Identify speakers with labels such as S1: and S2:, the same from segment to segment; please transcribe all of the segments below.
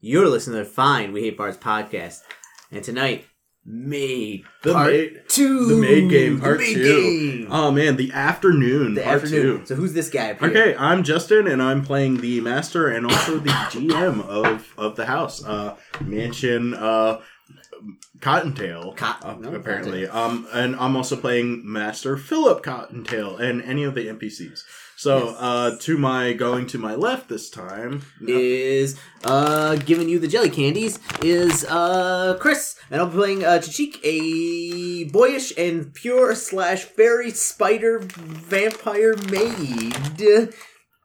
S1: You're listening to Fine We Hate Bars podcast, and tonight Maid
S2: The
S1: Part
S2: maid-
S1: Two,
S2: the Maid Game
S1: The
S2: Part
S1: Maid
S2: Two.
S1: Game.
S2: Oh man, the afternoon.
S1: the
S2: part
S1: afternoon.
S2: Two.
S1: So who's this guy? Up here?
S2: Okay, I'm Justin, and I'm playing the master and also the GM of of the house, uh, mansion, uh, Cottontail.
S1: Cotton-
S2: uh,
S1: no,
S2: apparently. Um, and I'm also playing Master Philip Cottontail and any of the NPCs. So,
S1: Yes.
S2: uh, to my going to my left this time. no-
S1: is uh giving you the jelly candies is uh Chris and I'm playing uh Chichik, a boyish and pure slash fairy spider vampire maid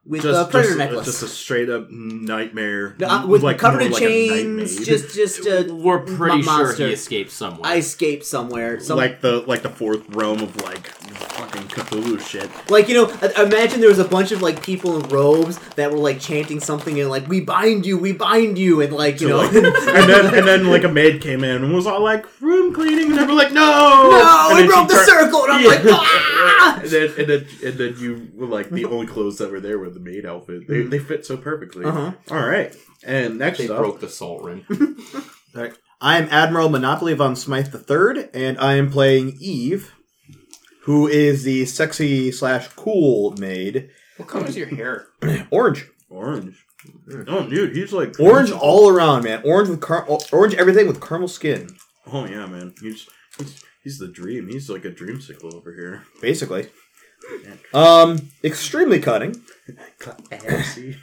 S1: with a
S2: Just,
S1: predator
S2: just,
S1: necklace.
S2: just a straight up nightmare,
S1: No, uh, with
S2: like,
S1: covered
S2: more
S1: in
S2: like a
S1: chains,
S2: nightmare.
S1: just just uh,
S3: We're pretty
S1: Mo-
S3: sure
S1: monster.
S3: he escaped somewhere.
S1: I escaped somewhere. Some, like,
S2: like the like the fourth realm of like fucking Cthulhu shit.
S1: you know, I- I imagine there was a bunch of like people in robes that were like chanting something and like "We bind you, we bind you," and like you know,
S2: like- And then and then like a maid came in and was all like room cleaning, and they were like, no,
S1: no,
S2: and
S1: we
S2: then she
S1: broke the
S2: tur-
S1: circle, and I'm like, ah!
S2: And then, and then and then you were like the only clothes that were there were the maid outfit. They, they fit so perfectly.
S1: Uh-huh.
S2: All right. And next
S3: they
S2: up,
S3: broke the salt ring.
S4: Alright. I am Admiral Monopoly von Smythe III, and I am playing Eve, who is the sexy slash cool maid.
S3: what color is your hair?
S4: Orange,
S2: orange. Oh, dude, he's like
S4: orange all around, man. Orange with car- orange everything with caramel skin,
S2: Oh yeah, man. He's he's he's the dream. He's like a dreamsicle over here.
S4: basically. Um, extremely cunning.
S2: Classy.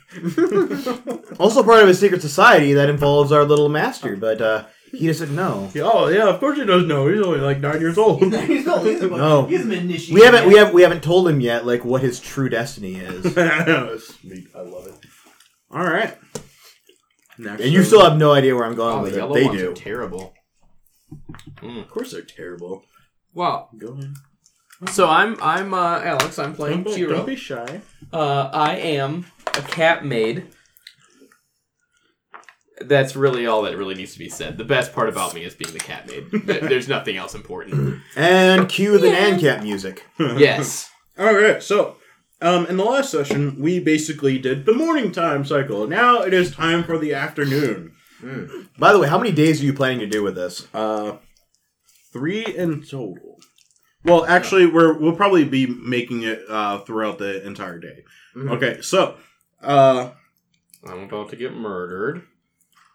S4: Also part of a secret society that involves our little master, but uh, he doesn't know.
S2: oh yeah, of course he doesn't know. He's only like nine years old.
S1: He's not- he's a-
S4: No.
S1: he's an initiate.
S4: We haven't we have we haven't told him yet like what his true destiny is,
S2: Sweet. I love it. All right. Next
S4: and you
S2: up-
S4: still have no idea where I'm going
S3: Oh,
S4: with
S3: the
S4: it.
S3: yellow
S4: They
S3: ones
S4: do.
S3: are terrible.
S2: Of course they're terrible.
S3: Wow.
S2: Go ahead.
S3: So I'm I'm uh, Alex. I'm playing
S2: Don't, be-
S3: Jiro.
S2: don't be shy.
S3: Uh, I am a cat maid. That's really all that really needs to be said. The best part about me is being the cat maid. Th- There's nothing else important.
S4: And cue the NanCap music.
S3: Yes.
S2: All right. So, um, in the last session, we basically did the morning time cycle. Now it is time for the afternoon.
S4: By the way, how many days are you planning to do with this?
S2: Uh, three in total. Well, actually, we're we'll probably be making it uh, throughout the entire day. Okay. So, uh,
S3: I'm about to get murdered.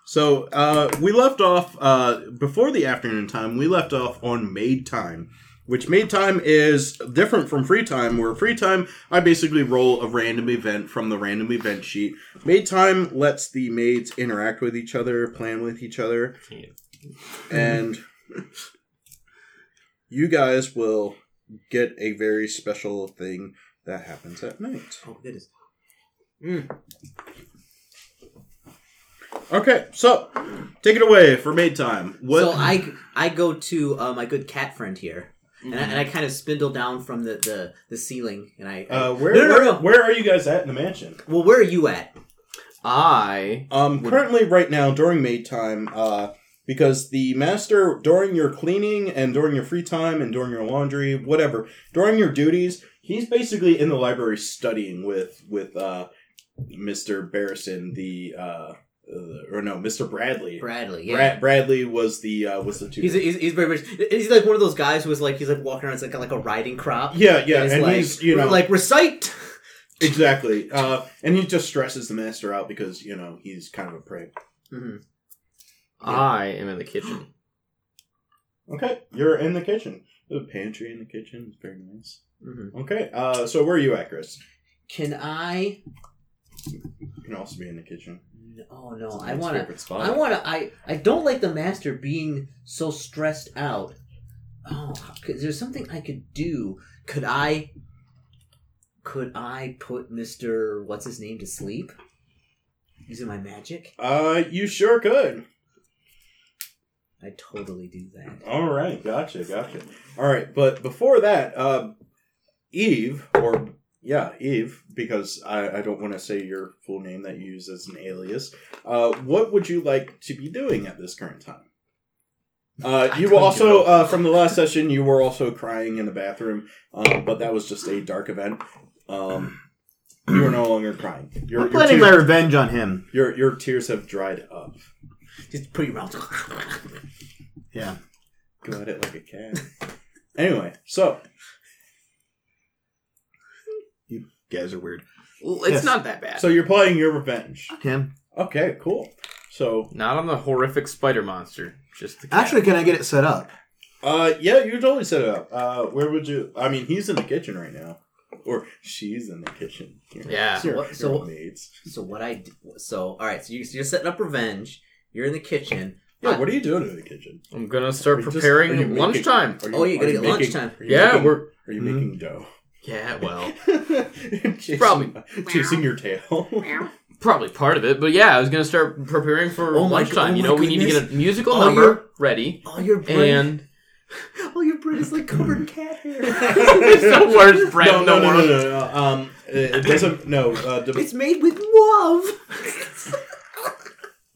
S2: So uh, we left off uh, before the afternoon time. We left off on maid time, which maid time is different from free time. Where free time, I basically roll a random event from the random event sheet. Maid time lets the maids interact with each other, plan with each other,
S1: Hmm.
S2: and you guys will get a very special thing that happens at night.
S1: Oh, goodness.
S2: Okay, so take it away for maid time. What?
S1: So I I go to uh, my good cat friend here, and, I, and I kind of spindle down from the, the, the ceiling, and I, I
S2: Mm-hmm. uh, where,
S1: no, no, no,
S2: where,
S1: no.
S2: where are you guys at in the mansion?
S1: well, where are you at?
S3: I
S2: Um, currently, right now, during maid time, uh, because the master, during your cleaning and during your free time and during your laundry, whatever, during your duties, he's basically in the library studying with with uh, Mr. Barrison, the uh, uh, or no, Mr. Bradley.
S1: Bradley, yeah.
S2: Brad- Bradley was the uh, was the tutor.
S1: He's, he's, he's very much he's like one of those guys who is like he's like walking around it's like got like a riding crop.
S2: yeah, yeah,
S1: is
S2: and
S1: like,
S2: he's you know
S1: like recite.
S2: exactly, uh, and he just stresses the master out because you know he's kind of a prick.
S1: Mhm.
S3: I am in the kitchen.
S2: Okay, you're in the kitchen. The pantry in the kitchen is very nice.
S1: Mhm.
S2: Okay, uh, so where are you at, Chris?
S1: Can I?
S2: You can also be in the kitchen.
S1: Oh no,
S2: It's
S1: I
S2: his
S1: want to.
S2: favorite spot.
S1: I want to. I I don't like the master being so stressed out. Oh, is there something I could do? Could I? Could I put Mister what's his name to sleep using my magic?
S2: Uh, you sure could.
S1: I totally do that.
S2: All right, gotcha, gotcha. All right, but before that, uh, Eve or yeah, Eve, because I, I don't want to say your full name that you use as an alias. Uh, what would you like to be doing at this current time? Uh,
S3: I
S2: you
S3: couldn't
S2: also
S3: give up.
S2: uh, from the last session, you were also crying in the bathroom, um, but that was just a dark event. Um, You are no longer crying. Your,
S4: I'm
S2: your,
S4: planning my
S2: tears,
S4: revenge on him.
S2: your, your tears have dried up.
S1: Just put your mouth.
S4: Yeah.
S2: Go at it like a cat. anyway, so
S4: Guys are weird.
S3: Well, it's
S4: Yes.
S3: not that bad.
S2: so you're playing your revenge.
S4: Him.
S2: Okay, cool. So
S3: not on the horrific spider monster. Just the cat.
S4: Actually, can I get it set up?
S2: Uh, yeah, you totally set it up. Uh, where would you? I mean, he's in the kitchen right now, or she's in the kitchen. You're-
S3: Yeah.
S2: you're-
S1: What-
S2: you're
S1: so-
S2: maids.
S1: So what I d- so all right. So you, so you're setting up revenge. You're in the kitchen.
S2: Yeah, what are you doing in the kitchen?
S3: I'm gonna start
S2: Are you just-
S3: preparing
S2: are you making-
S3: lunchtime.
S2: Are
S1: Oh, you're
S2: are
S1: gonna
S2: you
S1: get
S2: making-
S1: lunchtime.
S2: are you
S3: Yeah,
S2: making-
S3: we're
S2: Are you
S4: Mhm.
S2: making dough?
S3: yeah, well,
S2: chasing,
S3: Probably.
S2: chasing your tail.
S3: probably part of it, but yeah, I was gonna start preparing for
S1: Oh my
S3: lunchtime.
S1: go- oh
S3: you
S1: my
S3: know, we need to
S1: goodness.
S3: get a musical
S1: Oh, you're-
S3: number ready,
S1: All Oh, your bread.
S3: and
S1: all your bread is like covered in cat hair.
S3: it's the worst bread
S2: no,
S3: in
S2: no,
S3: the
S2: no,
S3: world.
S2: no, no, no. Um, it it doesn't. No, uh, the,
S1: it's made with love.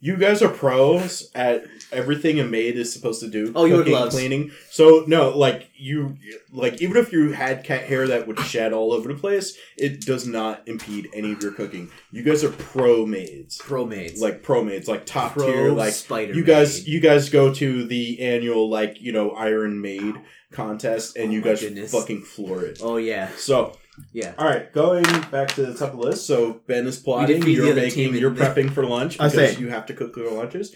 S2: you guys are pros at everything a maid is supposed to do.
S1: Oh, you wear
S2: cooking,
S1: gloves.
S2: cleaning. So no, like you, like even if you had cat hair that would shed all over the place, it does not impede any of your cooking. You guys are pro maids,
S1: Pro maids.
S2: like pro maids, like top
S1: Pro
S2: tier, like
S1: spider
S2: you guys. You guys go to the annual like you know Iron Maid contest, and
S1: Oh
S2: you
S1: my
S2: guys
S1: goodness.
S2: fucking floor it.
S1: oh yeah,
S2: So
S1: yeah.
S2: all right, going back to the top of the list. So Ben is plotting.
S1: defeat the
S2: You're
S1: other
S2: making.
S1: team in
S2: You're
S1: the-
S2: prepping for lunch
S4: I
S2: because
S4: say-
S2: you have to cook their lunches.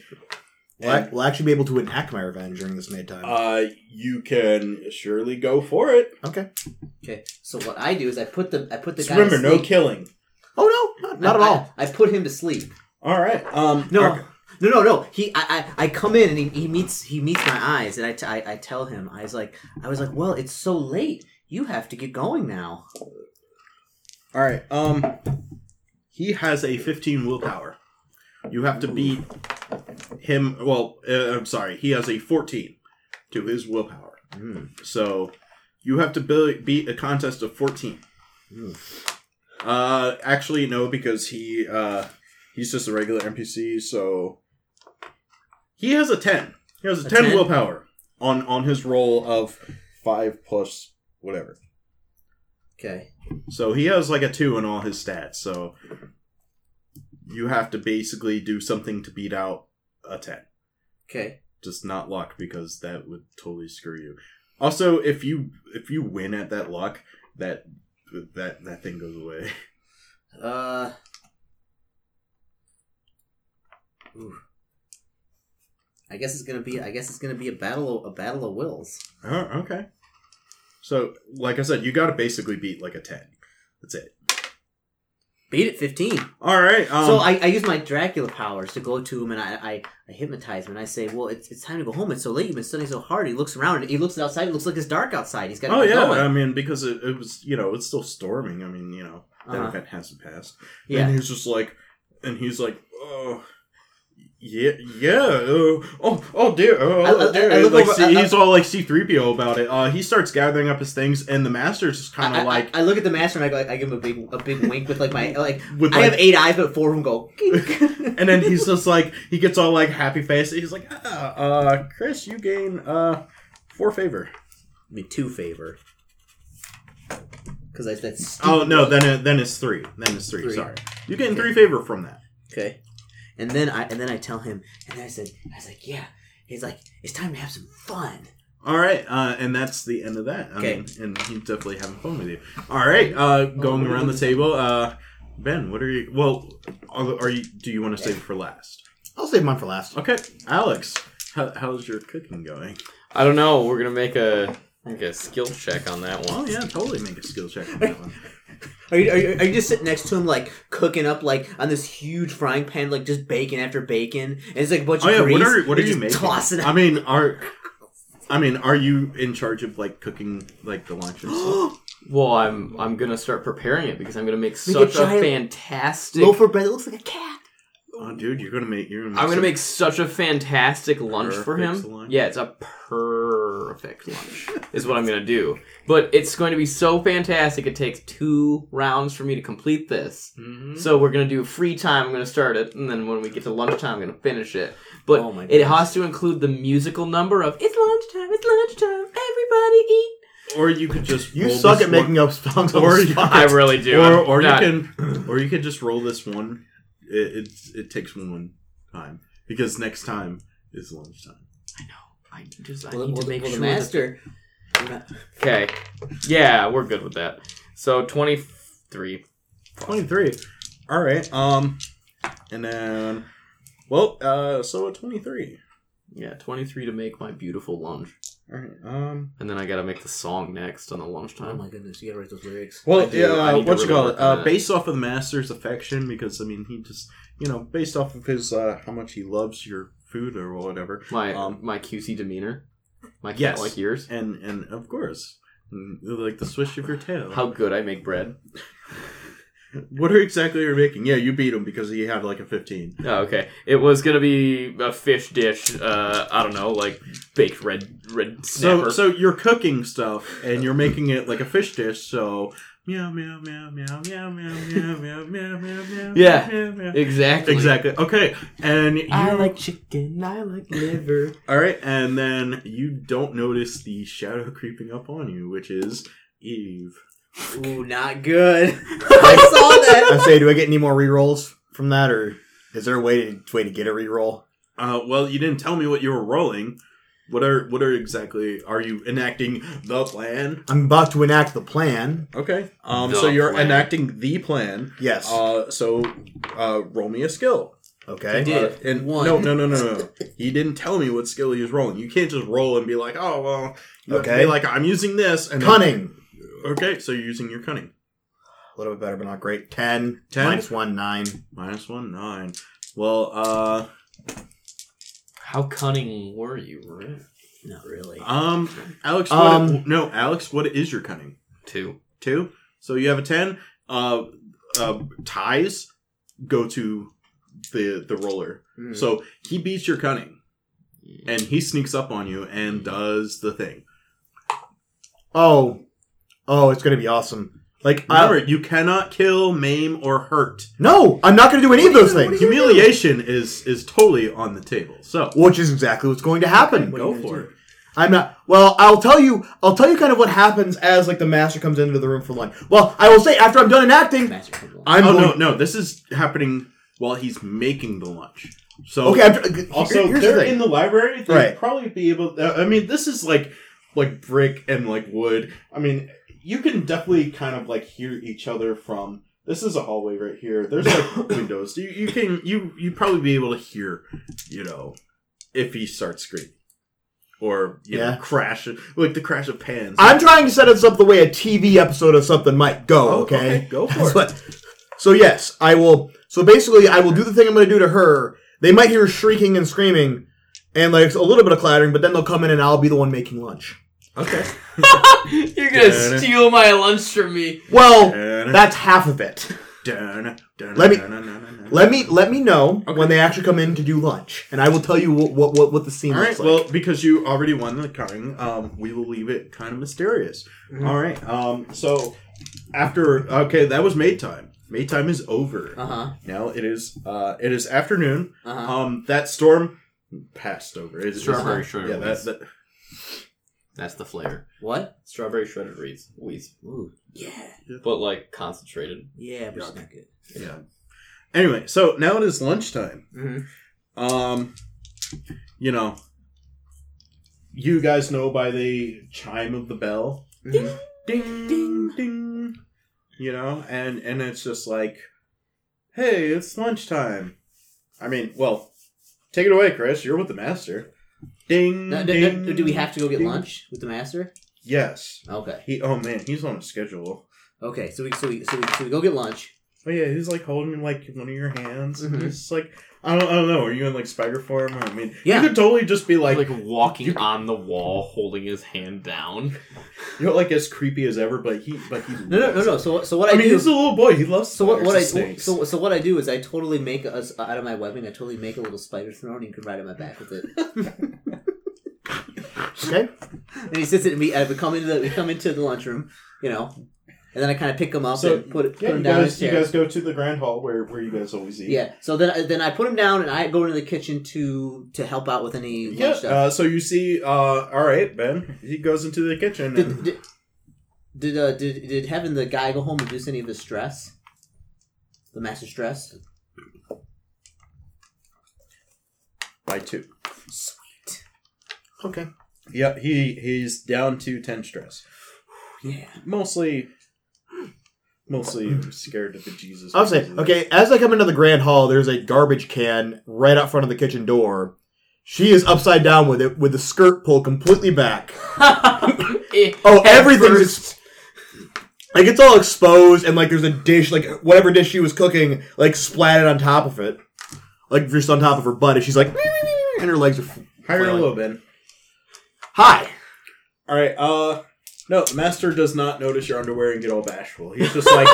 S4: We'll, ac- we'll actually be able to enact my revenge during this May time.
S2: Uh, you can surely go for it.
S4: okay.
S1: Okay. So what I do is I put the I put the
S2: Just
S1: guy.
S2: remember,
S1: to
S2: no
S1: sleep.
S2: killing.
S4: Oh no, not, not at
S1: I-
S4: all.
S1: I, I put him to sleep.
S2: All right. Um.
S1: No,
S2: okay.
S1: no, no, no. He, I, I, I come in and he, he meets he meets my eyes, and I, t- I, I tell him I was like I was like, well, it's so late. You have to get going now.
S2: All right. Um. He has a 15 willpower. You have to beat him. Well, uh, I'm sorry. He has a 14 to his willpower. So you have to be- beat a contest of 14. Uh, actually, no, because he uh, he's just a regular NPC, so he has a 10. He has a,
S1: A
S2: 10,
S1: 10?
S2: willpower on on his roll of five plus whatever.
S1: Okay.
S2: So he has like a two in all his stats. So you have to basically do something to beat out a 10
S1: Okay.
S2: just not luck because that would totally screw you. Also, if you if you win at that luck, that that that thing goes away.
S1: Uh. ooh. I guess it's gonna be. I guess it's gonna be a battle. Of, a battle of wills.
S2: Oh, okay. So, like I said, you got to basically beat like a ten. That's it.
S1: Beat it fifteen.
S2: All right. Um,
S1: so I, I use my Dracula powers to go to him and I, I, I hypnotize him and I say, well, it's, it's time to go home. It's so late. You've been studying so hard. He looks around and he looks outside. It looks like it's dark outside. He's got to
S2: Oh
S1: get
S2: yeah,
S1: going.
S2: I mean because it, it was you know it's still storming. I mean you know that
S1: Uh-huh.
S2: event hasn't passed.
S1: Yeah.
S2: and he's just like, and he's like, oh, yeah, yeah, oh, oh, oh dear, oh,
S1: I- I-
S2: dear.
S1: I look
S2: like,
S1: over-
S2: see,
S1: I- I-
S2: he's all like C three PO about it. Uh, he starts gathering up his things, and the master's just kind
S1: I-
S2: of
S1: I-
S2: like,
S1: I, look at the master and I, go, like, I give him a big a big wink with like my like
S2: with
S1: I have
S2: like,
S1: eight eyes but four of them go. "Kink."
S2: and then he's just like, he gets all like happy face. He's like, ah, uh, Chris, you gain uh four favor.
S1: Me two favor because I that's stupid.
S2: Oh no, then it, then it's three. Then it's three.
S1: Three.
S2: Sorry, you gain three favor from that.
S1: okay. And then I and then I tell him and then I said I was like yeah. He's like it's time to have some fun.
S2: All right, uh, and that's the end of that. I
S1: Okay.
S2: mean, and he's definitely having fun with you. All right, uh, going around the table, uh, Ben, what are you? Well, are, are you? Do you want to save it for last?
S4: I'll save mine for last.
S2: Okay, Alex, how, how's your cooking going?
S3: I don't know. We're gonna make a like a skill check on that one.
S2: Oh yeah, totally make a skill check on that one.
S1: Are you, are you are you just sitting next to him like cooking up like on this huge frying pan like just bacon after bacon and it's like a bunch
S2: Oh
S1: of
S2: yeah,
S1: grease.
S2: what are what are
S1: You're just
S2: you making?
S1: Tossing it.
S2: I mean, are I mean, are you in charge of like cooking like the lunch and stuff?
S3: Well, I'm I'm gonna start preparing it because I'm gonna make,
S1: Make a
S3: such a,
S1: giant
S3: fantastic.
S1: loaf of bread that looks like a cat.
S2: Oh, dude, you're gonna make you're gonna make
S3: I'm gonna
S2: some-
S3: make such a fantastic lunch for
S2: Perfect
S3: him.
S2: lunch.
S3: Yeah, it's a perfect lunch is what I'm gonna do. But it's going to be so fantastic. It takes two rounds for me to complete this.
S2: Mhm.
S3: So we're gonna do free time. I'm gonna start it, and then when we get to lunchtime, I'm gonna finish it. But
S1: Oh my
S3: it
S1: goodness.
S3: has to include the musical number of "It's lunchtime, it's lunchtime, everybody eat."
S2: or you could just
S4: You
S2: roll
S4: suck
S2: this
S4: at making
S2: one-
S4: up songs on
S2: Or
S4: the
S2: you-
S4: spot.
S3: I really do.
S2: Or,
S3: I'm
S2: or you
S3: not-
S2: can, or you could just roll this one. It it's, it takes one time because next time is lunchtime.
S3: I know. I just I
S1: Well,
S3: need
S1: well,
S3: to make
S1: well, the
S3: sure.
S1: master.
S3: Okay. Yeah, we're good with that. So twenty three.
S2: Twenty three. All right. Um, and then, well, uh, so a twenty three.
S3: Yeah, twenty three to make my beautiful lunch,
S2: All right. Um.
S3: and then I got to make the song next on the lunchtime.
S1: Oh my goodness, you gotta write those lyrics.
S2: Well,
S3: do.
S2: yeah.
S3: I
S2: Uh,
S3: need to
S2: what you
S3: really
S2: call
S3: work
S2: it?
S3: on
S2: Uh,
S3: that.
S2: based off of the master's affection, because I mean, he just, you know, based off of his uh, how much he loves your food or whatever,
S3: my
S2: Um,
S3: my QC demeanor, my cat
S2: Yes.
S3: like yours.
S2: and and of course, mm, like the swish of your tail.
S3: How good I make bread.
S2: What are exactly you making? Yeah, you beat him because he had like a fifteen.
S3: Oh, okay. It was gonna be a fish dish. Uh, I don't know, like baked red red
S2: So
S3: snapper.
S2: so you're cooking stuff and you're making it like a fish dish. So meow meow meow meow meow meow meow meow meow meow meow.
S3: Yeah.
S2: meow, meow.
S3: exactly.
S2: Exactly. Okay, and you,
S3: chicken. I like liver.
S2: all right, and then you don't notice the shadow creeping up on you, which is Eve.
S1: Ooh, not good. I saw that.
S4: I say, do I get any more rerolls from that, or is there a way to way to get a reroll?
S2: Uh, well, you didn't tell me what you were rolling. What are what are exactly are you enacting the plan?
S4: I'm about to enact the plan.
S2: Okay, um,
S3: The
S2: so you're
S3: plan.
S2: enacting the plan.
S4: Yes.
S2: Uh, so uh, roll me a skill.
S4: okay.
S1: did.
S2: Uh, and
S1: One.
S2: no, no, no, no, no. He didn't tell me what skill he was rolling. You can't just roll and be like, oh well. You have to
S4: Okay.
S2: be like I'm using this and then-
S4: Cunning.
S2: okay, so you're using your cunning.
S4: A little bit better, but not great. Ten.
S2: 10?
S4: Minus one. Nine.
S2: Minus one nine. Well, uh,
S3: How cunning were you, Rick? Uh,
S1: Not really.
S2: um, Alex. What
S4: Um.
S2: no, Alex. What is your cunning?
S3: Two.
S2: Two. So you have a ten. Uh, uh, ties go to the the roller.
S1: Mm.
S4: Mm-hmm.
S2: So he beats your cunning, and he sneaks up on you and does the thing.
S4: Oh. Oh, it's gonna be awesome. Like
S2: Remember,
S4: I,
S2: you cannot kill, maim, or hurt.
S4: no, I'm not gonna do any of those
S1: What are you-
S4: things.
S1: what are
S2: Humiliation is is totally on the table. So
S4: Which is exactly what's going to happen.
S1: What are
S2: go
S1: you gonna
S2: for
S1: do?
S2: it.
S4: I'm not. Well, I'll tell you. I'll tell you kind of what happens as like the master comes into the room for lunch. Well, I will say after I'm done enacting,
S1: Master comes along.
S4: I'm
S2: oh
S4: going.
S2: no, no, this is happening while he's making the lunch. So
S4: Okay. I'm,
S2: also
S4: also, here's the
S2: they're
S4: thing.
S2: in the library. They'd
S4: Right.
S2: probably be able. uh, I mean, this is like like brick and like wood. I mean, you can definitely kind of like hear each other from. This is a hallway right here. There's like windows. You, you can you you probably be able to hear, you know, if he starts screaming, or you
S4: Yeah.
S2: know, crash like the crash of pans.
S4: I'm trying to set us up the way a TV episode of something might go.
S2: Oh,
S4: Okay.
S2: go
S4: That's
S2: for it.
S4: what- so yes, I will. So basically, I will do the thing I'm going to do to her. They might hear shrieking and screaming, and like a little bit of clattering, but then they'll come in and I'll be the one making lunch.
S2: Okay.
S3: You're gonna
S2: Dun.
S3: steal my lunch from me.
S4: Well, that's half of it. Let me- Let me let me know
S2: Okay.
S4: when they actually come in to do lunch, and I will tell you what what what, what the scene
S2: All right.
S4: looks like.
S2: Well, because you already won the cunning, um, we will leave it kind of mysterious.
S4: Mm-hmm.
S2: All right. Um, so after okay, that was May time. May time is over.
S4: Uh-huh.
S1: Uh huh.
S2: Now it is uh, it is afternoon.
S1: Uh huh.
S2: Um, that storm passed over. It's
S3: Strawberry
S2: Yeah,
S3: shredded
S2: that,
S3: wheats.
S2: that,
S3: That's the flavor.
S1: What?
S3: Strawberry shredded wheats. Wheats.
S1: Ooh. Yeah.
S3: But like concentrated.
S1: Yeah, but it's not good.
S2: yeah. Anyway, so now it is lunchtime.
S1: Mhm.
S2: Um, you know, you guys know by the chime of the bell,
S1: Mhm.
S2: ding, ding, ding. You know, and and it's just like, hey, it's lunchtime. I mean, well, take it away, Chris. You're with the master. Ding,
S1: No, no,
S2: ding.
S1: no, do we have to go get
S2: ding.
S1: lunch with the master?
S2: Yes.
S1: Okay.
S2: He. Oh man, he's on a schedule.
S1: Okay. So we so we so we, so we go get lunch.
S2: Oh yeah, he's like holding like one of your hands, and
S1: Mhm.
S2: he's just like, I don't, I don't know. Are you in like spider form? Or, I mean,
S1: Yeah.
S2: you could totally just be
S3: Like,
S2: like,
S3: walking on the wall, holding his hand down.
S2: you're like as creepy as ever, but he, but he.
S1: No, no, no,
S2: loves
S1: no.
S2: it.
S1: So so what
S2: I,
S1: I,
S2: mean,
S1: do.
S2: he's a little boy. He loves
S1: so what, what I
S2: spiders and
S1: so,
S2: snakes.
S1: so what I do is I totally make us out of my webbing. I totally make a little spider throne and he can ride on my back with it.
S4: okay.
S1: And he sits at me. I would come into the we come into the lunchroom, you know, and then I kind of pick him up
S2: So,
S1: and put it- put
S2: Yeah,
S1: him
S2: you
S1: down.
S2: guys,
S1: his
S2: you
S1: chair.
S2: guys go to the grand hall where, where you guys always eat.
S1: Yeah. So then then I put him down and I go into the kitchen to to help out with any
S2: Yeah.
S1: lunch stuff.
S2: Uh, so you see, uh, all right, Ben. He goes into the kitchen.
S1: did,
S2: And,
S1: did, Did uh, did did having the guy go home reduce any of his stress? The master stress.
S2: by two.
S4: Okay.
S2: Yep, he he's down to ten stress.
S1: Yeah.
S2: Mostly, mostly scared of the Jesus.
S4: I'll say, okay, as I come into the Grand Hall, there's a garbage can right out front of the kitchen door. She is upside down with it, with the skirt pulled completely back.
S3: Eh,
S4: Oh,
S3: head
S4: everything's
S3: first.
S4: ex- like it's all exposed, and like there's a dish, like whatever dish she was cooking, like splatted on top of it, like just on top of her butt. And she's like, and her legs are. f-
S2: higher a
S4: flailing.
S2: little bit.
S4: Hi.
S2: All right. Uh, no, Master does not notice your underwear and get all bashful. He's just like,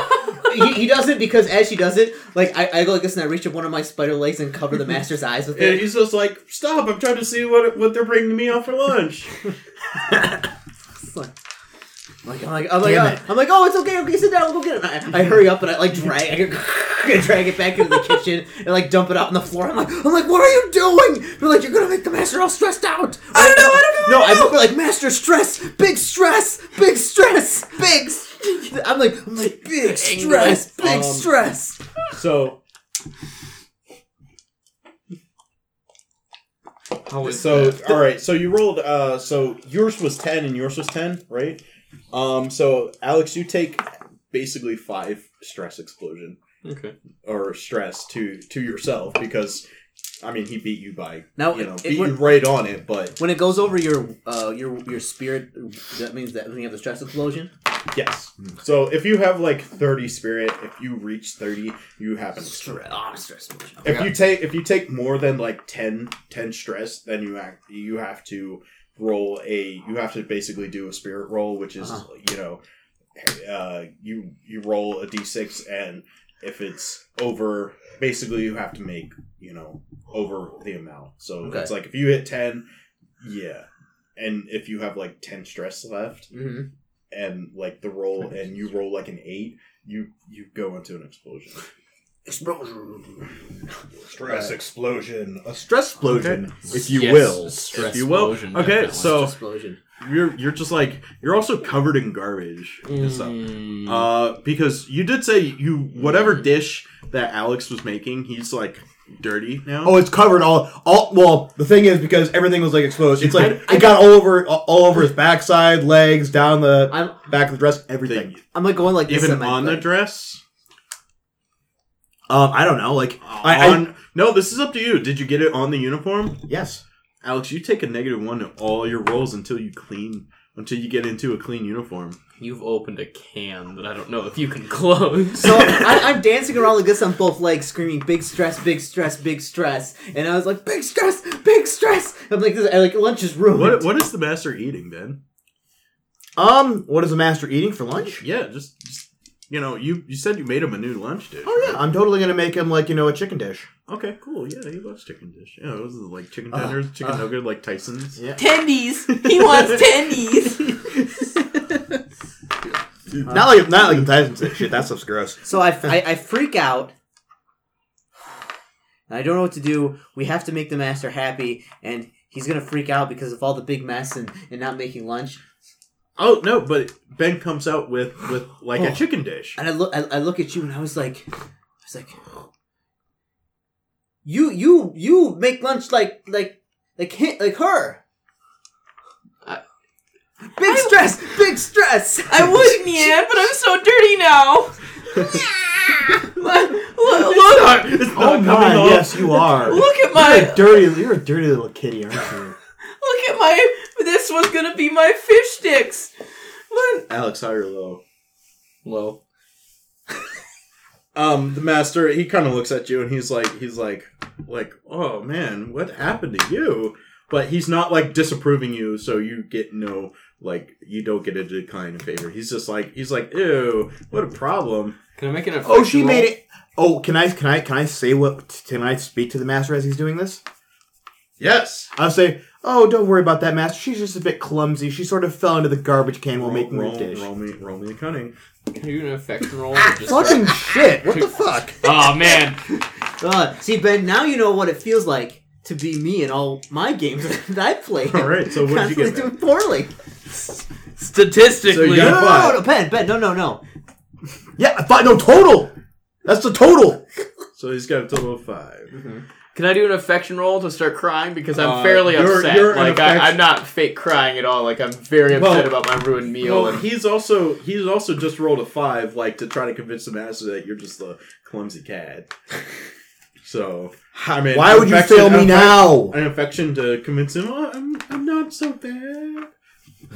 S1: he, he does it because as she does it, like I, I go like this and I reach up one of my spider legs and cover the master's eyes with
S2: and
S1: it.
S2: he's just like, stop! I'm trying to see what what they're bringing me out for lunch.
S1: It's like, like I'm like I'm like,
S4: Damn
S1: uh,
S4: it.
S1: I'm like oh it's okay okay sit down we'll go get it. And I, I hurry up and I like drag I drag it back into the kitchen and like dump it out on the floor. I'm like I'm like what are you doing? They're like you're gonna make the master all stressed out. I don't know I don't know. No, I'm over like master stress, big stress, big stress, big. St-. I'm like I'm like big stress, big
S2: Um,
S1: stress.
S2: So
S3: How is
S2: so
S3: that?
S2: all right. So you rolled. Uh, so yours was ten and yours was ten, right? Um. So Alex, you take basically five stress explosion.
S3: okay.
S2: or stress to to yourself because I mean he beat you by
S1: Now,
S2: you know
S1: it- it
S2: beat you
S1: would-
S2: right on it, but
S1: When it goes over your uh your your spirit, that means that when you have the stress explosion,
S2: yes.
S1: Hmm.
S2: So if you have like thirty spirit, if you reach thirty, you have an
S1: stress, oh, stress explosion.
S2: if you take if you take more than like 10, 10 stress, then you act you have to roll a you have to basically do a spirit roll, which is
S1: Uh-huh.
S2: you know uh, you you roll a d six and if it's over, basically you have to make you know over the amount. So
S1: Okay.
S2: it's like if you hit ten, yeah, and if you have like ten stress left
S1: hmm
S2: and like the roll and you roll like an eight, you you go into an explosion.
S4: Explosion.
S2: Stress
S4: explosion. A stress explosion, if you
S3: Yes,
S4: will.
S3: stress
S2: you will.
S3: explosion,
S2: Okay,
S3: definitely.
S2: so-
S1: explosion.
S2: you're you're just like you're also covered in garbage and stuff.
S3: Mm,
S2: Uh, because you did say you whatever
S4: Mm.
S2: dish that Alex was making, he's like dirty now.
S4: Oh, it's covered all. All well, the thing is because everything was like exposed. It's like it got all over, all over his backside, legs, down the
S1: I'm
S4: back of the dress,
S2: They-
S4: everything.
S1: I'm like going like this
S2: even
S1: in my
S2: on the
S1: leg.
S2: dress.
S4: Um, I don't know. Like I, I
S2: on no, this is up to you. Did you get it on the uniform,
S4: yes.
S2: Alex? You take a negative one to all your rolls until you clean until you get into a clean uniform.
S3: you've opened a can that I don't know if you can close.
S1: So I, I'm dancing around like this on both legs, screaming "big stress, big stress, big stress," and I was like "big stress, big stress." I'm like this. I like lunch is ruined.
S2: What what is the master eating, Ben?
S4: Um, what is the master eating for lunch?
S2: Yeah, just, just you know, you you said you made him a new lunch dish.
S4: Oh yeah, I'm totally gonna make him like you know a chicken dish.
S2: Okay, cool. Yeah, he loves chicken dish. Yeah, it was like chicken
S4: Uh,
S2: tenders, chicken nugget, like Tyson's.
S4: Yeah.
S5: Tendies. He wants tendies.
S4: not like not like Tyson's shit. That stuff's gross.
S1: So I, I, I freak out. And I don't know what to do. We have to make the master happy, and he's gonna freak out because of all the big mess and, and not making lunch.
S2: Oh no, but Ben comes out with with like a chicken dish.
S1: And I look, I, I look at you, and I was like, I was like, you, you, you make lunch like, like, like, hi- like her.
S3: I-
S1: big stress, big stress.
S5: I would, Nan, but I'm so dirty now. look, look, look,
S2: It's not
S4: Oh
S2: coming
S4: my,
S2: off.
S4: yes, you are. You're
S5: look at
S4: a
S5: my,
S4: dirty, you're a dirty little kitty, aren't you?
S5: look at my. This was gonna be my fish sticks. Look,
S2: Alex, high or low?
S3: Low.
S2: Um, the master he kind of looks at you and he's like, he's like, like, oh man, what happened to you? But he's not like disapproving you, so you get no like you don't get a decline in favor. He's just like he's like, ew, what a problem.
S3: Can I make an
S4: Oh, she
S3: effectual-
S4: made it. Oh, can I can I can I say what? Can I speak to the master as he's doing this?
S2: Yes.
S4: I'll say, oh, don't worry about that, master. She's just a bit clumsy. She sort of fell into the garbage can while
S2: Roll,
S4: making
S2: roll,
S4: the dish.
S2: roll me, roll me a cunning.
S3: Can I do an affection roll?
S2: Ah,
S4: Fucking shit! What the fuck?
S3: oh man.
S1: God, see Ben, now you know what it feels like to be me in all my games that I play.
S2: All right, so what did you
S1: Constantly
S2: get, Ben?
S1: Doing poorly.
S2: So
S3: statistically.
S2: you got-
S1: No, no,
S2: Five.
S1: no, no, Ben, Ben, no, no, no.
S4: Yeah, five, no total. That's the total.
S2: So he's got a total of five.
S3: Can I do an affection roll to start crying because I'm
S2: Uh,
S3: fairly
S2: you're-
S3: upset?
S2: you're an
S3: like
S2: affection-
S3: I, I'm not fake crying at all. Like I'm very upset
S2: Well-
S3: about my ruined meal.
S2: Well,
S3: and
S2: he's also he's also just rolled a five, like to try to convince the master that you're just a clumsy cad. So I mean,
S4: Why would you
S2: infection-
S4: fail me
S2: infec-
S4: now?
S2: An infection to convince him. Oh, I'm, I'm not so bad.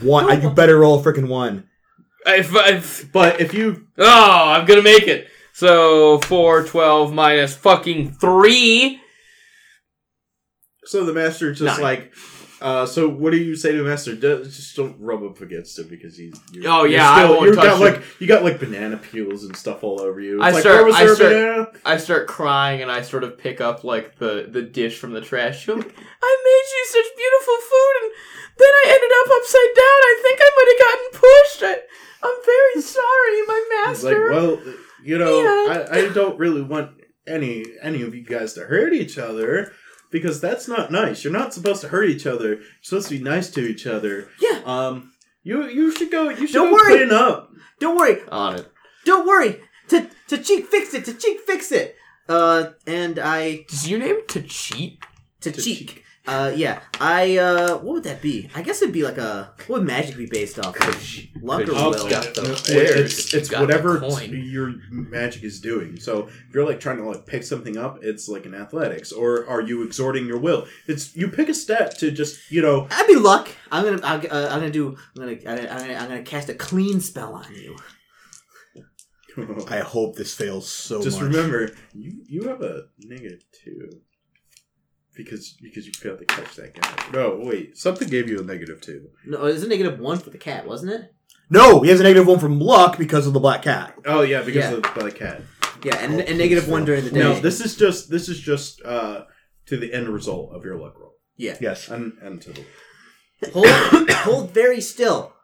S4: One. I- You better roll a freaking one.
S3: I've, I've,
S2: But if you
S3: oh, I'm gonna make it. So four, twelve minus fucking three.
S2: so the master just
S3: Nine.
S2: like. Uh, so what do you say to the master? Do- Just don't rub up against him because he's. You're,
S3: Oh,
S2: you're
S3: yeah, I won't
S2: you
S3: touch
S2: got
S3: him.
S2: like you got like banana peels and stuff all over you. It's
S3: I
S2: like,
S3: start-
S2: where was
S3: I
S2: there a
S3: start-
S2: banana?
S3: I start crying and I sort of pick up like the the dish from the trash. I'm like, I made you such beautiful food, and then I ended up upside down. I think I might have gotten pushed. I, I'm very sorry, my
S2: It's like,
S3: master.
S2: well, you know,
S3: Yeah.
S2: I, I don't really want any any of you guys to hurt each other because that's not nice. You're not supposed to hurt each other. You're supposed to be nice to each other.
S1: Yeah.
S2: Um. You you should go. You should
S1: Don't
S2: go
S1: worry.
S2: clean up.
S1: Don't worry,
S3: On it.
S1: don't worry. To to cheek fix it. To cheek fix it. Uh, and I
S3: Does your name to cheat?
S1: to cheek. Uh, yeah. I uh, what would that be? I guess it'd be like a what would magic be based off? of? Luck or
S3: Oh,
S1: will?
S3: yeah. Got the
S2: It-
S3: squares.
S2: It's, it's
S3: Got the
S2: whatever
S3: coin.
S2: your magic is doing. So if you're like trying to like pick something up, it's like an athletics, or are you exhorting your will? It's you pick a step to just you know
S1: That'd be luck. I'm gonna, I'm, uh, I'm gonna do, I'm gonna, I'm gonna, I'm gonna cast a clean spell on you.
S4: I hope this fails so
S2: just
S4: much.
S2: remember you you have a negative two because because you failed to catch that guy no wait something gave you a negative two.
S1: No, it was a negative one for the cat, wasn't it?
S4: No, he has a negative one from luck because of the black cat.
S2: Oh yeah because
S1: Yeah.
S2: of the black cat
S1: Yeah, and,
S4: Oh,
S1: and negative
S4: please
S1: one
S4: no.
S1: during the day.
S2: no this is just this is just uh to the end result of your luck roll
S4: Yes.
S2: and and to the
S1: hold, hold very still.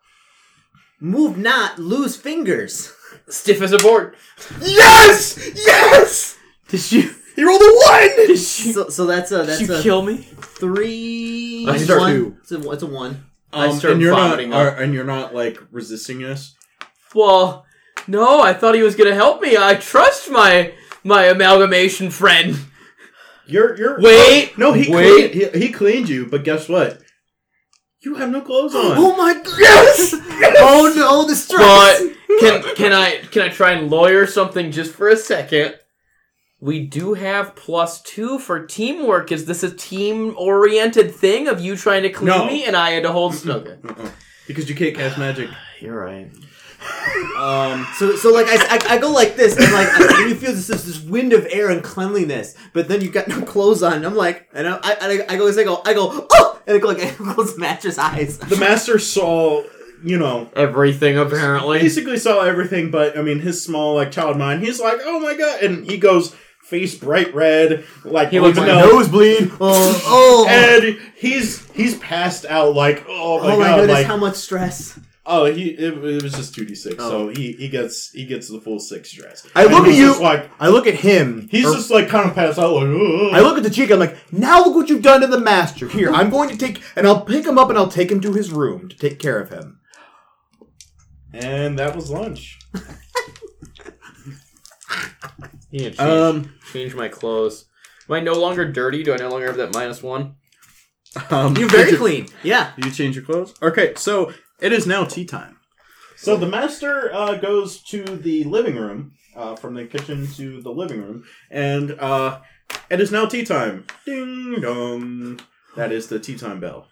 S1: Move not, lose fingers.
S3: Stiff as a board.
S4: Yes! Yes!
S3: Did you?
S4: He rolled a one.
S3: Did you?
S1: So, so that's a that's
S3: did you
S1: a
S3: kill me?
S1: three.
S3: I
S1: it's
S3: start
S1: one.
S4: two.
S1: It's a, it's a one.
S3: I start
S2: Um, and you're not
S3: vomiting
S2: are, and you're not like resisting us
S3: Well, no. I thought he was gonna help me. I trust my my amalgamation friend.
S2: you're you're
S3: Wait,
S2: no he
S3: wait.
S2: Cleaned, he, he cleaned you but guess what you have no clothes on
S1: Oh my god! Yes! Oh no, the stress.
S3: But can can I can I try and lawyer something just for a second? We do have plus two for teamwork. Is this a team oriented thing of you trying to clean
S2: No.
S3: me and I had to hold Snooker?
S2: Uh-uh. because you can't cast magic
S3: You're right.
S2: um
S1: So, so like I, I, I go like this, and like I really feel this, this this wind of air and cleanliness, but then you got no clothes on. And I'm like, and I, I, I go, I go, I go, oh, and I go like, I close the mattress eyes.
S2: the master saw you know
S3: Everything apparently.
S2: basically saw everything, but I mean, his small like child mind, he's like, oh my god, and he goes face bright red, like
S3: He
S2: he
S3: looks
S2: looks
S3: like
S4: Oh, Nosebleed.
S1: Oh, oh,
S2: and he's he's passed out like oh my
S1: oh my
S2: god,
S1: goodness,
S2: like
S1: how much stress!
S2: oh he it, it was just two d six,
S1: Oh.
S2: so he he gets he gets the full six stress.
S4: I
S2: And
S4: look at
S2: he's
S4: you-
S2: just like
S4: I look at him.
S2: he's
S4: or-
S2: just like kind of passed out like oh.
S4: I look at the cheek. I'm like, now look what you've done to the master. Here, I'm going to take and I'll pick him up and I'll take him to his room to take care of him.
S2: and that was lunch.
S3: Yeah, change,
S2: Um.
S3: change my clothes. Am I no longer dirty? Do I no longer have that minus one?
S2: Um,
S1: You're very clean. Yeah,
S2: You change your clothes.
S4: Okay,
S2: so it is now tea time. So the master uh, goes to the living room, uh, from the kitchen to the living room, and uh, it is now tea time. Ding dong. That is the tea time bell.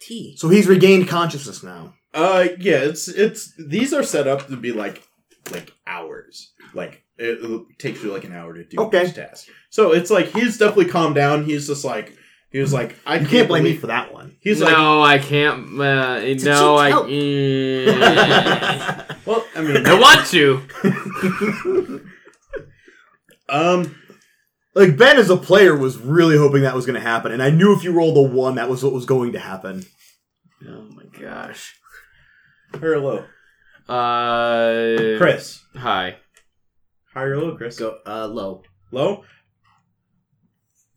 S1: tea.
S4: So he's regained consciousness now.
S2: Uh, yeah, it's it's these are set up to be like like hours. Like it, it takes you like an hour to do
S4: Okay.
S2: each task. So it's like he's definitely calmed down. He's just like he was like I
S4: You can't blame me
S2: believe-
S4: for that one.
S2: He's like
S3: no, I can't. Uh,
S1: Did
S3: no,
S1: you
S3: I.
S1: help?
S3: Eh.
S2: well I mean
S3: I want to.
S2: um
S4: Like Ben as a player was really hoping that was going to happen, and I knew if you rolled a one, that was what was going to happen.
S3: Oh my gosh.
S2: high or low
S3: Uh.
S2: Chris
S3: Hi.
S2: high or low Chris
S1: Go uh, low.
S2: Low.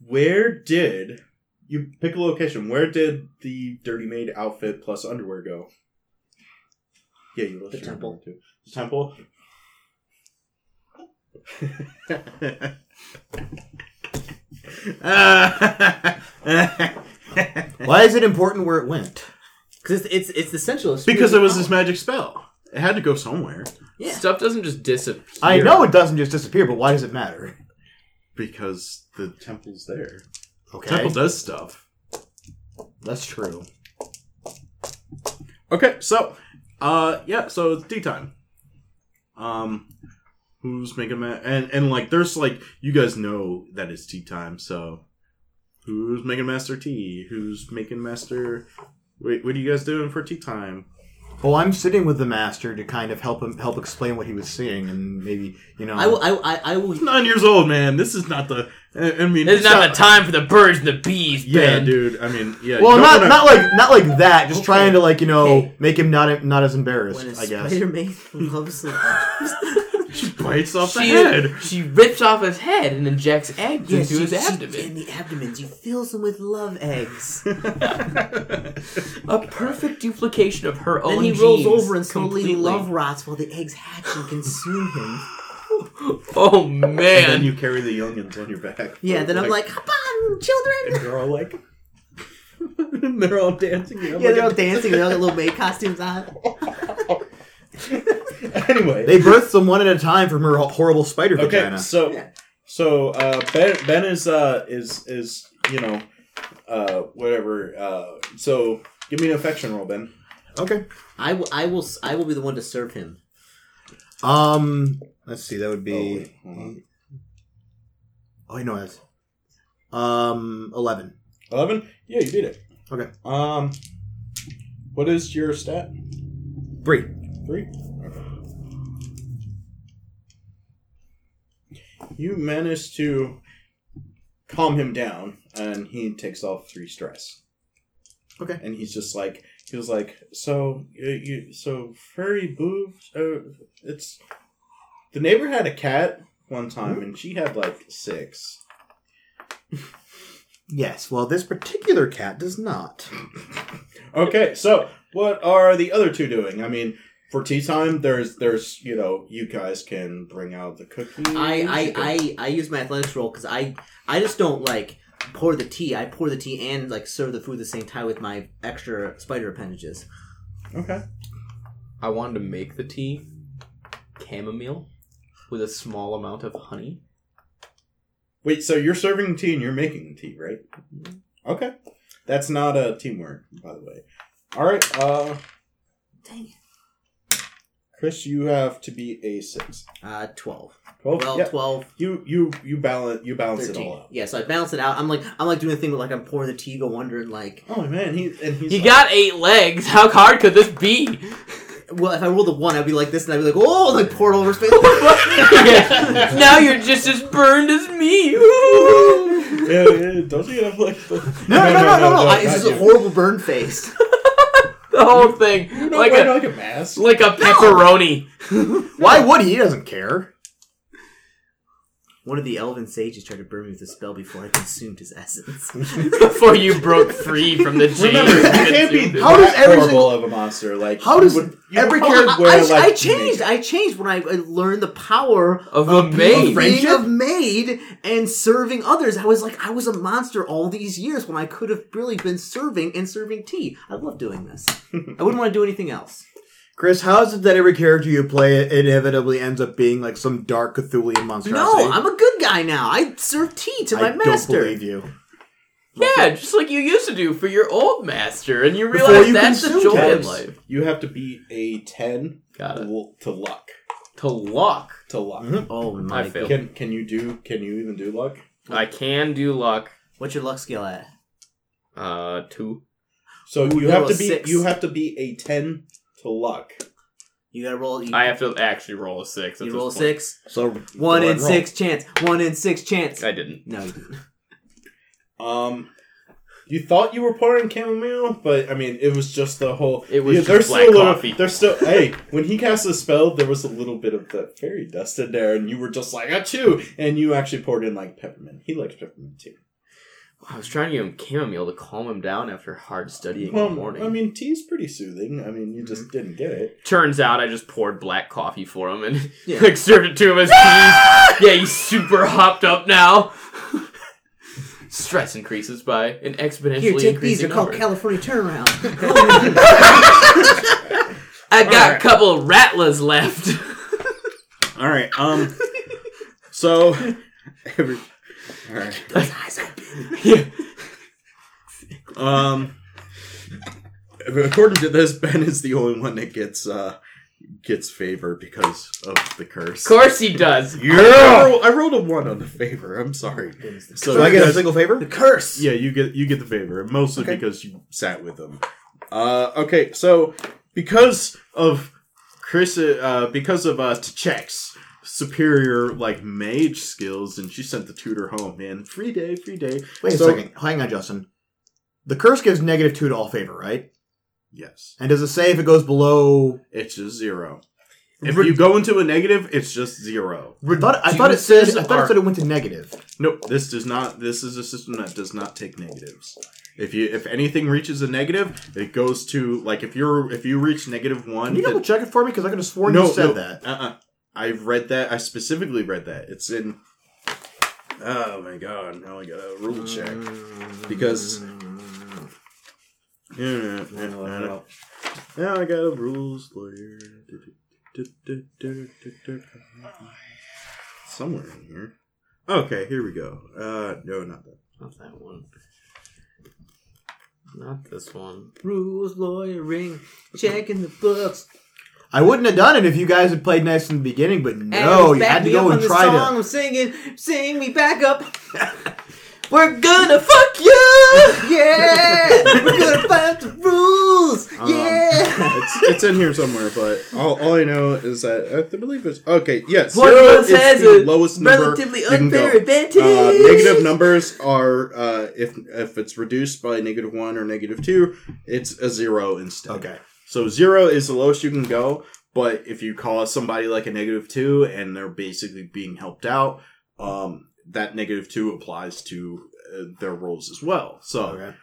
S2: Where did you pick a location? Where did the dirty maid outfit plus underwear go? Yeah, you lost
S1: The
S2: your
S1: temple.
S2: number, too. The temple.
S4: Why is it important where it went?
S1: Because it's, it's it's the central. sphere
S2: because
S1: of
S2: it was this
S1: knowledge.
S2: magic spell. It had to go somewhere.
S1: Yeah.
S3: Stuff doesn't just disappear.
S4: I know it doesn't just disappear, but why does it matter?
S2: Because the temple's there.
S4: Okay,
S2: Temple does stuff.
S4: that's true.
S2: Okay, so uh yeah, so it's D time. Um who's making ma- and and like there's like you guys know that it's tea time, so who's making master tea? Who's making master Wait, what are you guys doing for tea time?
S4: Well, I'm sitting with the master to kind of help him help explain what he was seeing, and maybe you know.
S1: I will. I, will- I, I will.
S2: Nine years old, man. This is not the. I I mean,
S3: This is not the time for the birds and the bees,
S2: Yeah,
S3: Ben.
S2: dude. I mean, yeah.
S4: well,
S2: you don't wanna-
S4: not not like not like that. Just
S1: Okay.
S4: trying to like you know
S1: Okay.
S4: make him not not as embarrassed.
S1: When a
S4: I guess.
S1: Spider-Man loves
S2: bites off the
S3: She,
S2: head.
S3: she rips off his head and injects eggs into his
S1: In
S3: abdomen.
S1: the abdomen, she fills them with love eggs.
S3: A perfect duplication of her own.
S1: then he rolls
S3: genes
S1: over and slowly
S3: completely.
S1: love rots while the eggs hatch and consume him.
S3: Oh
S2: And then
S3: man!
S2: you carry the youngins on your back.
S1: Yeah, then I'm like, come on, children!
S2: they're all like, they're all dancing. you know,
S1: Yeah,
S2: like
S1: they're all
S2: a-
S1: dancing, they all got little maid costumes on.
S2: anyway,
S4: They birthed them one at a time from her horrible spider
S2: okay.
S4: vagina.
S2: So,
S1: Yeah.
S2: so uh, Ben, Ben is uh, is is you know, uh, whatever. Uh, so give me an affection roll, Ben.
S4: Okay.
S1: I will, I will, I will be the one to serve him.
S4: Um. Let's see. That would
S2: Oh, wait,
S4: be.
S2: hold on.
S4: Oh, I know that's. Um. Eleven.
S2: Eleven. Yeah, you beat it.
S4: Okay.
S2: Um, what is your stat?
S4: Three.
S2: Three. You manage to calm him down, and he takes off three stress.
S4: Okay.
S2: And he's just like he was like, so you, you so furry boobs. Uh, it's the neighbor had a cat one time, and she had like six.
S4: Yes. Well, this particular cat does not.
S2: Okay, so what are the other two doing? I mean, for tea time, there's there's you know you guys can bring out the cookies.
S1: I, I, I, I use my athletics roll because I, I just don't like pour the tea. I pour the tea and like serve the food at the same time with my extra spider appendages.
S2: okay.
S3: I wanted to make the tea chamomile with a small amount of honey.
S2: Wait, so you're serving tea and you're making the tea, right?
S1: Mm-hmm.
S2: Okay. That's not a teamwork, by the way. All right, uh,
S1: Dang it.
S2: Chris, you have to be a six.
S1: Uh, twelve.
S2: Twelve.
S1: Well,
S2: Oh, yeah.
S1: twelve.
S2: You you you balance you balance it
S1: 13.
S2: all out.
S1: Yeah, so I balance it out. I'm like, I'm like doing a thing with like I'm pouring the tea, go under, and like,
S2: Oh man, he and he's
S3: He
S2: like-
S3: got eight legs. How hard could this be?
S1: well, if I rolled a one, I'd be like this, and I'd be like, oh, and, like pour it over space.
S3: now you're just as burned as me.
S2: yeah, yeah, don't you have like the
S1: No, no, no, no, no! I, it's
S2: not
S1: just a
S2: you.
S1: horrible burn face.
S3: the whole thing,
S2: You don't
S3: like
S2: wear,
S3: a
S2: like a mask.
S3: like a pepperoni.
S4: Why would he? He doesn't care.
S1: One of the elven sages tried to burn me with a spell before I consumed his essence.
S3: Before you broke free from the chain,
S2: Remember, you can't be
S3: Consumed it.
S4: How
S2: how
S4: does
S2: does
S4: every
S2: horrible
S4: single-
S2: of a monster. Like
S4: How
S2: you
S4: does
S2: would- you
S4: every
S2: would
S4: character-
S1: I,
S2: wear,
S1: I-
S2: like,
S1: I changed.
S2: teenager.
S1: I changed when I, I learned the power
S3: of a
S1: being
S3: maid.
S1: being of maid and serving others. I was like, I was a monster all these years when I could have really been serving and serving tea. I love doing this. I wouldn't want to do anything else.
S4: Chris, how is it that every character you play inevitably ends up being like some dark Cthulian monstrosity?
S1: No, I'm a good guy now. I serve tea to my
S4: I
S1: master.
S4: don't believe you.
S3: Yeah, just like you used to do for your old master, and you
S4: Before
S3: realize
S4: you
S3: that's the
S4: consumed
S3: joy
S4: him.
S3: in life.
S2: You have to be a ten
S3: Got it.
S2: to, to luck.
S3: To luck.
S2: To luck.
S1: Oh
S3: I
S1: my!
S3: failed.
S2: Can can you do? Can you even do luck?
S3: I can do luck.
S1: What's your luck skill at?
S3: Uh, two.
S2: So
S1: Ooh,
S2: you
S1: that
S2: have to
S1: was
S2: be
S1: six.
S2: you have to be a ten to luck.
S1: You gotta roll. You,
S3: I have to actually roll a six. at
S1: you
S3: this
S1: roll a
S3: point.
S1: six.
S4: So
S1: One
S4: go
S1: in
S4: ahead, roll.
S1: six chance. One in six chance.
S3: I didn't.
S1: No, you didn't.
S2: Um, you thought you were pouring chamomile, but I mean, it was just the whole.
S3: It was just
S2: there's
S3: black
S2: still a little-
S3: coffee.
S2: There's still hey, when he cast the spell, there was a little bit of the fairy dust in there, and you were just like a two, and you actually poured in like peppermint. He likes peppermint too.
S3: I was trying to give him chamomile to calm him down after hard studying
S2: Well,
S3: in the morning.
S2: I mean, tea's pretty soothing. I mean, you just didn't get it.
S3: Turns out I just poured black coffee for him and
S1: Yeah.
S3: like served it to him as tea. Yeah, he's super hopped up now. Stress increases by an exponentially
S1: Here, take these.
S3: increasing
S1: They're called
S3: number.
S1: California turnaround.
S3: I got
S2: Alright.
S3: a couple of rattlers left.
S2: All right. Um. So. Every, all right.
S3: yeah.
S2: Um. According to this, Ben is the only one that gets uh gets favor because of the curse.
S3: Of course he does.
S2: Yeah. I, rolled, I rolled a one on the favor. I'm sorry. So,
S4: Do I get a
S2: because-
S4: single favor?
S1: the curse.
S2: Yeah, you get you get the favor, mostly
S4: Okay.
S2: because you sat with them. Uh, okay, so because of Chris, uh, because of uh, Tchek's superior like mage skills, and she sent the tutor home. Man, free day, free day.
S4: Wait
S2: So-
S4: a second. Hang on, Justin. The curse gives negative two to all favor, right?
S2: Yes,
S4: And does it say if it goes below?
S2: it's just zero. If you go into a negative, it's just zero.
S4: I thought, I thought it
S3: Reduces
S4: said. I thought
S3: our-
S4: it said it went to negative.
S2: Nope, this does not. This is a system that does not take negatives. If you if anything reaches a negative, it goes to like if you're if you reach negative one,
S4: Can you
S2: it-
S4: double check it for me? Because I could have sworn you said that.
S2: Uh-uh. I read that. I specifically read that. It's in. Oh my god! Now I got a rule check because. Yeah, yeah, yeah. Now I got a rules lawyer. Somewhere in here. Okay, here we go. Uh, no, not that.
S3: Not that one. Not this one.
S1: Rules, lawyering, checking the books.
S4: I wouldn't have done it if you guys had played nice in the beginning, but
S1: And
S4: no, you
S1: back
S4: had to
S1: me
S4: go
S1: up
S4: and
S1: on
S4: try
S1: the song
S4: to.
S1: I'm singing. Sing me back up. We're gonna fuck you. Yeah. We're gonna fight the rules.
S2: Um,
S1: yeah.
S2: It's it's in here somewhere, but all, all I know is that I believe it's okay. Yes,
S1: One
S2: zero
S1: of us
S2: is
S1: has a
S2: the lowest number.
S1: Relatively
S2: you can go.
S1: unfair advantage.
S2: Uh, negative numbers are uh, if if it's reduced by negative one or negative two, it's a zero instead.
S4: Okay.
S2: So zero is the lowest you can go, but if you call somebody like a negative two and they're basically being helped out, um, that negative two applies to uh, their rolls as well. So
S4: Okay.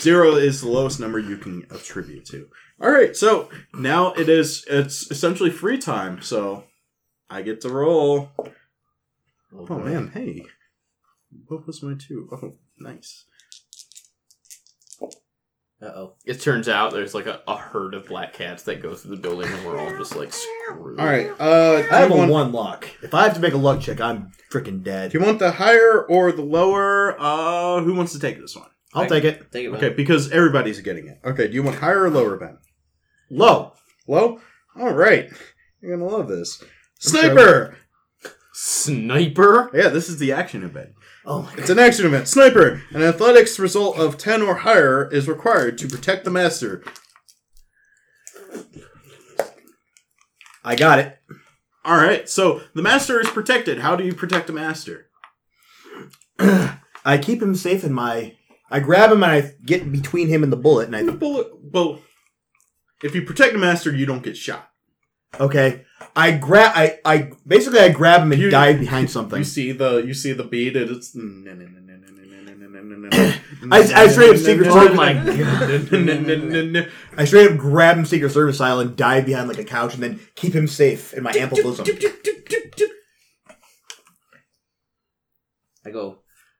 S2: zero is the lowest number you can attribute to. All right, so now it is it's essentially free time. So I get to roll. Oh
S3: boy.
S2: man, hey. What was my two? Oh, nice.
S1: Uh oh.
S3: It turns out there's like a, a herd of black cats that go through the building and we're all just like screwed.
S2: Alright, uh do
S4: I have
S2: you,
S4: a
S2: want,
S4: one lock. If I have to make a luck check, I'm freaking dead.
S2: do you want the higher or the lower? Uh who wants to take this one?
S4: I'll take it.
S1: Thank you.
S2: Okay, because everybody's getting it. Okay, do you want higher or lower, Ben?
S4: Low.
S2: Low? Alright. You're gonna love this. Sniper!
S3: Sniper?
S2: Yeah, this is the action event.
S4: Oh my god.
S2: It's an action event. Sniper! An athletics result of 10 or higher is required to protect the master.
S4: I got it.
S2: Alright, so the master is protected. How do you protect a master?
S4: I keep him safe in my. I grab him and I get between him and the bullet, and
S2: The
S4: I.
S2: bullet. Well, if you protect a master, you don't get shot.
S4: Okay. I grab. I. I basically I grab him and
S2: You-
S4: dive behind something.
S2: You see the you see the bead, and it's.
S4: I, I straight up secret
S3: Oh
S4: service.
S3: my god.
S4: I straight up grab him secret service style and dive behind like a couch, and then keep him safe in my ample bosom.
S1: I go.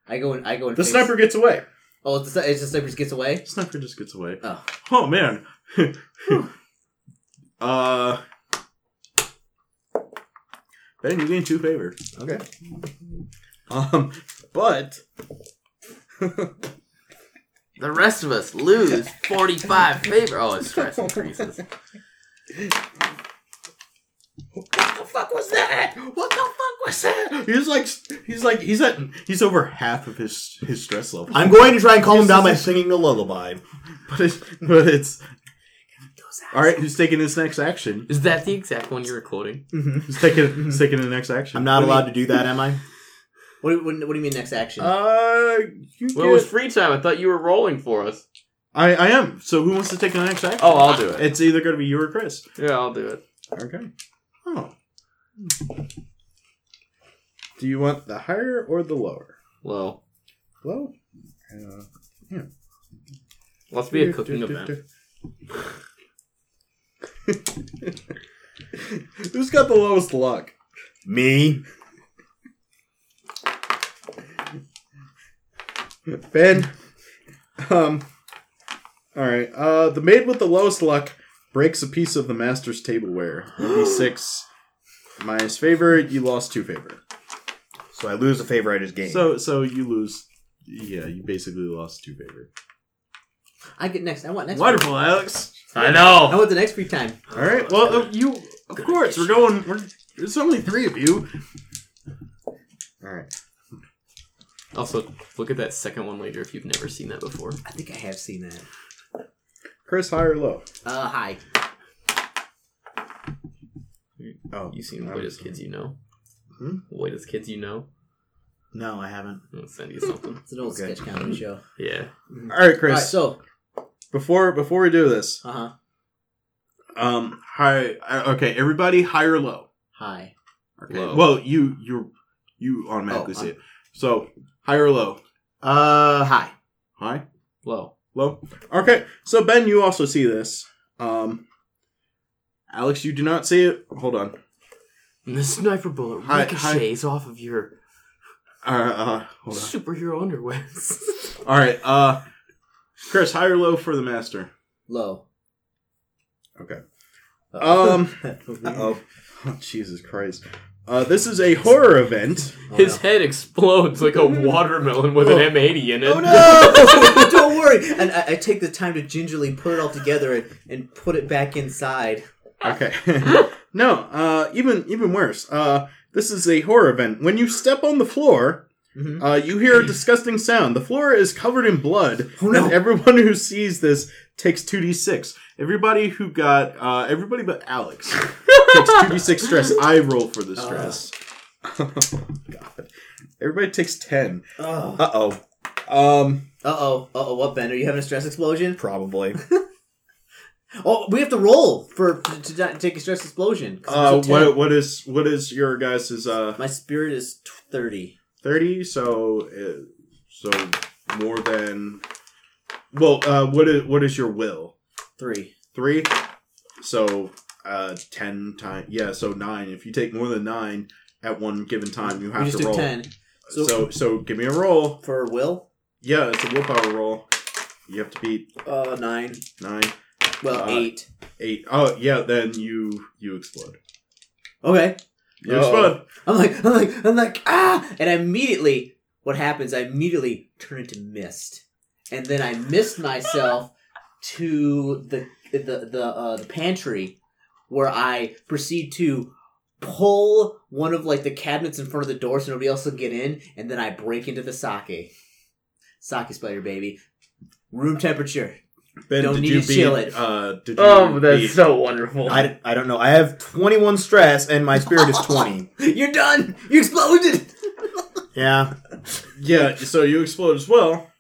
S1: I go and I go and
S2: The
S1: face-
S2: sniper gets away.
S1: Oh, it's the, sni- it's the sniper just gets away.
S2: Sniper just gets away.
S1: Oh,
S2: Oh man. uh. Ben, you gain two favor.
S4: Okay.
S2: Um, but
S3: The rest of us lose 45 favor. Oh, it's stress increases.
S1: what the fuck was that?
S2: what the fuck was that? He's like, he's like, he's at, he's over half of his his stress level.
S4: I'm going to try and calm him down by singing a lullaby.
S2: But it's, but it's. All right, who's taking his next action?
S3: Is that the exact one you were quoting?
S2: Who's taking who's taking the next action?
S4: I'm not allowed to do that, am I?
S1: What, do- what, do- what do you mean next action?
S2: Uh, you
S3: Well, it was free time. I thought you were rolling for us.
S2: I I am. So who wants to take the next action?
S3: Oh, I'll do it.
S2: It's either going to be you or Chris.
S3: Yeah, I'll do it.
S2: Okay. Oh. Do you want the higher or the lower?
S3: Low.
S2: Hello? Uh,
S3: Let's be a cooking event.
S2: Who's got the lowest luck?
S4: Me?
S2: Ben. Um. All right. Uh, the maid with the lowest luck breaks a piece of the master's tableware. Maybe six minus favor. You lost two favor.
S4: So I lose a favor I just gained.
S2: So so you lose. Yeah, you basically lost two favor.
S1: I get next. I want next.
S2: Wonderful, Alex.
S3: I
S1: I
S3: know.
S1: want the next free time.
S2: All right. Well, uh, you. Of course, we're going. We're, there's only three of you. All right.
S3: Also, look at that second one later if you've never seen that before.
S1: I think I have seen that.
S2: Chris, high or low?
S1: Uh, hi.
S2: Oh,
S3: You seen
S2: I'm
S3: White as
S2: sorry.
S3: Kids You Know?
S2: Hmm?
S3: White as Kids You Know?
S4: no, I haven't.
S3: I'll send you something.
S1: It's an old
S4: Okay.
S1: sketch comedy show.
S3: yeah.
S2: All right, Chris.
S1: All right, so,
S2: before before we do this,
S1: uh huh.
S2: um, hi. uh, Okay, everybody, high or low?
S1: Hi.
S2: Okay.
S3: Low.
S2: Well, you you you automatically
S1: Oh,
S2: see it. So high or low?
S4: Uh, hi.
S2: High,
S3: Low.
S2: low. Okay. So Ben, you also see this. Um, Alex, you do not see it. Hold on.
S3: And the sniper bullet
S2: Hi- hi.
S3: ricochets off of your
S2: Uh, uh hold on.
S3: superhero underwear.
S2: All right. Uh, Chris, high or low for the master?
S1: Low.
S2: Okay. Um.
S1: oh.
S2: oh. Oh Jesus Christ. Uh, this is a horror event.
S3: His head explodes like a watermelon with an M80 in it.
S1: Oh no! Don't worry. And I, I take the time to gingerly put it all together and, and put it back inside.
S2: Okay. no, uh, even even worse. Uh, this is a horror event. When you step on the floor,
S1: Mhm.
S2: uh, you hear a disgusting sound. The floor is covered in blood,
S1: Oh, no.
S2: and everyone who sees this takes two d six. Everybody who got uh, everybody but Alex takes two d six stress. I roll for the stress. God. Everybody takes ten.
S1: Oh.
S4: Uh oh.
S2: Um,
S1: Uh oh. Uh oh. What, Ben? Are you having a stress explosion?
S4: Probably.
S1: Oh, we have to roll for to, to not take a stress explosion. 'cause I'm
S2: uh,
S1: so
S2: what
S1: tense.
S2: what is what is your guys' uh
S1: My spirit is t- thirty.
S2: thirty. So, uh, so more than. Well, uh, what is what is your will?
S1: Three.
S2: Three. So, uh, ten times. Yeah, so nine. If you take more than nine at one given time, you
S1: we
S2: have
S1: just
S2: to
S1: do
S2: roll.
S1: ten
S2: So,
S1: So-
S2: so, give me a roll.
S1: for will.
S2: Yeah, it's a willpower roll. You have to beat
S1: Uh, nine.
S2: nine,
S1: Well,
S2: Uh,
S1: eight.
S2: eight. Oh, yeah. Then you you explode.
S1: Okay.
S2: You
S4: Uh-oh.
S2: explode.
S1: I'm like, I'm like, I'm like, ah! And I immediately, what happens? I immediately turn into mist, and then I mist myself to the the the uh, the pantry, where I proceed to pull one of like the cabinets in front of the door so nobody else will get in, and then I break into the sake, sake spider baby, room temperature.
S2: Ben,
S1: Don't
S2: did
S1: need
S2: you
S1: to
S2: beat?
S1: chill it.
S2: Uh, did you
S3: Oh,
S2: beat-
S3: that's so wonderful.
S4: I, d- I don't know. I have 21 stress and my spirit is 20.
S1: You're done. You exploded.
S4: Yeah.
S2: yeah. So you explode as well.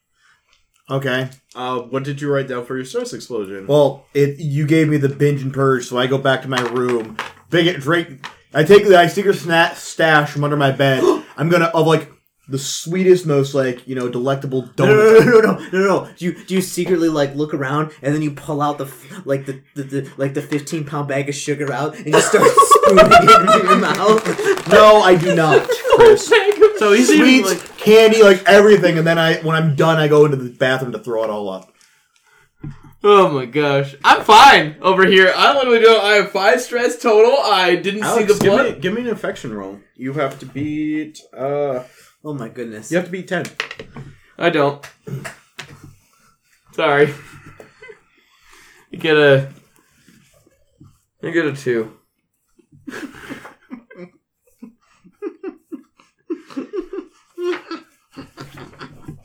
S4: Okay.
S2: Uh, what did you write down for your stress explosion?
S4: Well, it you gave me the binge and purge, so I go back to my room. Big drink. I take the I secret sna stash from under my bed. I'm gonna of like the sweetest, most like you know delectable
S1: No, no,
S4: donut.
S1: no, no, no, no, no, no. Do you do you secretly like look around and then you pull out the f- like the, the, the like the fifteen pound bag of sugar out and you start spooning it into your mouth?
S4: no, I do not. Chris.
S2: so he's eating
S4: Sweets,
S2: like
S4: candy, like everything, and then I when I'm done, I go into the bathroom to throw it all up.
S3: Oh my gosh. I'm fine over here. I literally don't. I have five stress total. I didn't
S2: Alex,
S3: see the
S2: give
S3: blood.
S2: me, give me an infection roll. You have to beat uh
S1: Oh my goodness!
S2: you have to beat ten.
S3: I don't. Sorry. You get a. You get a two.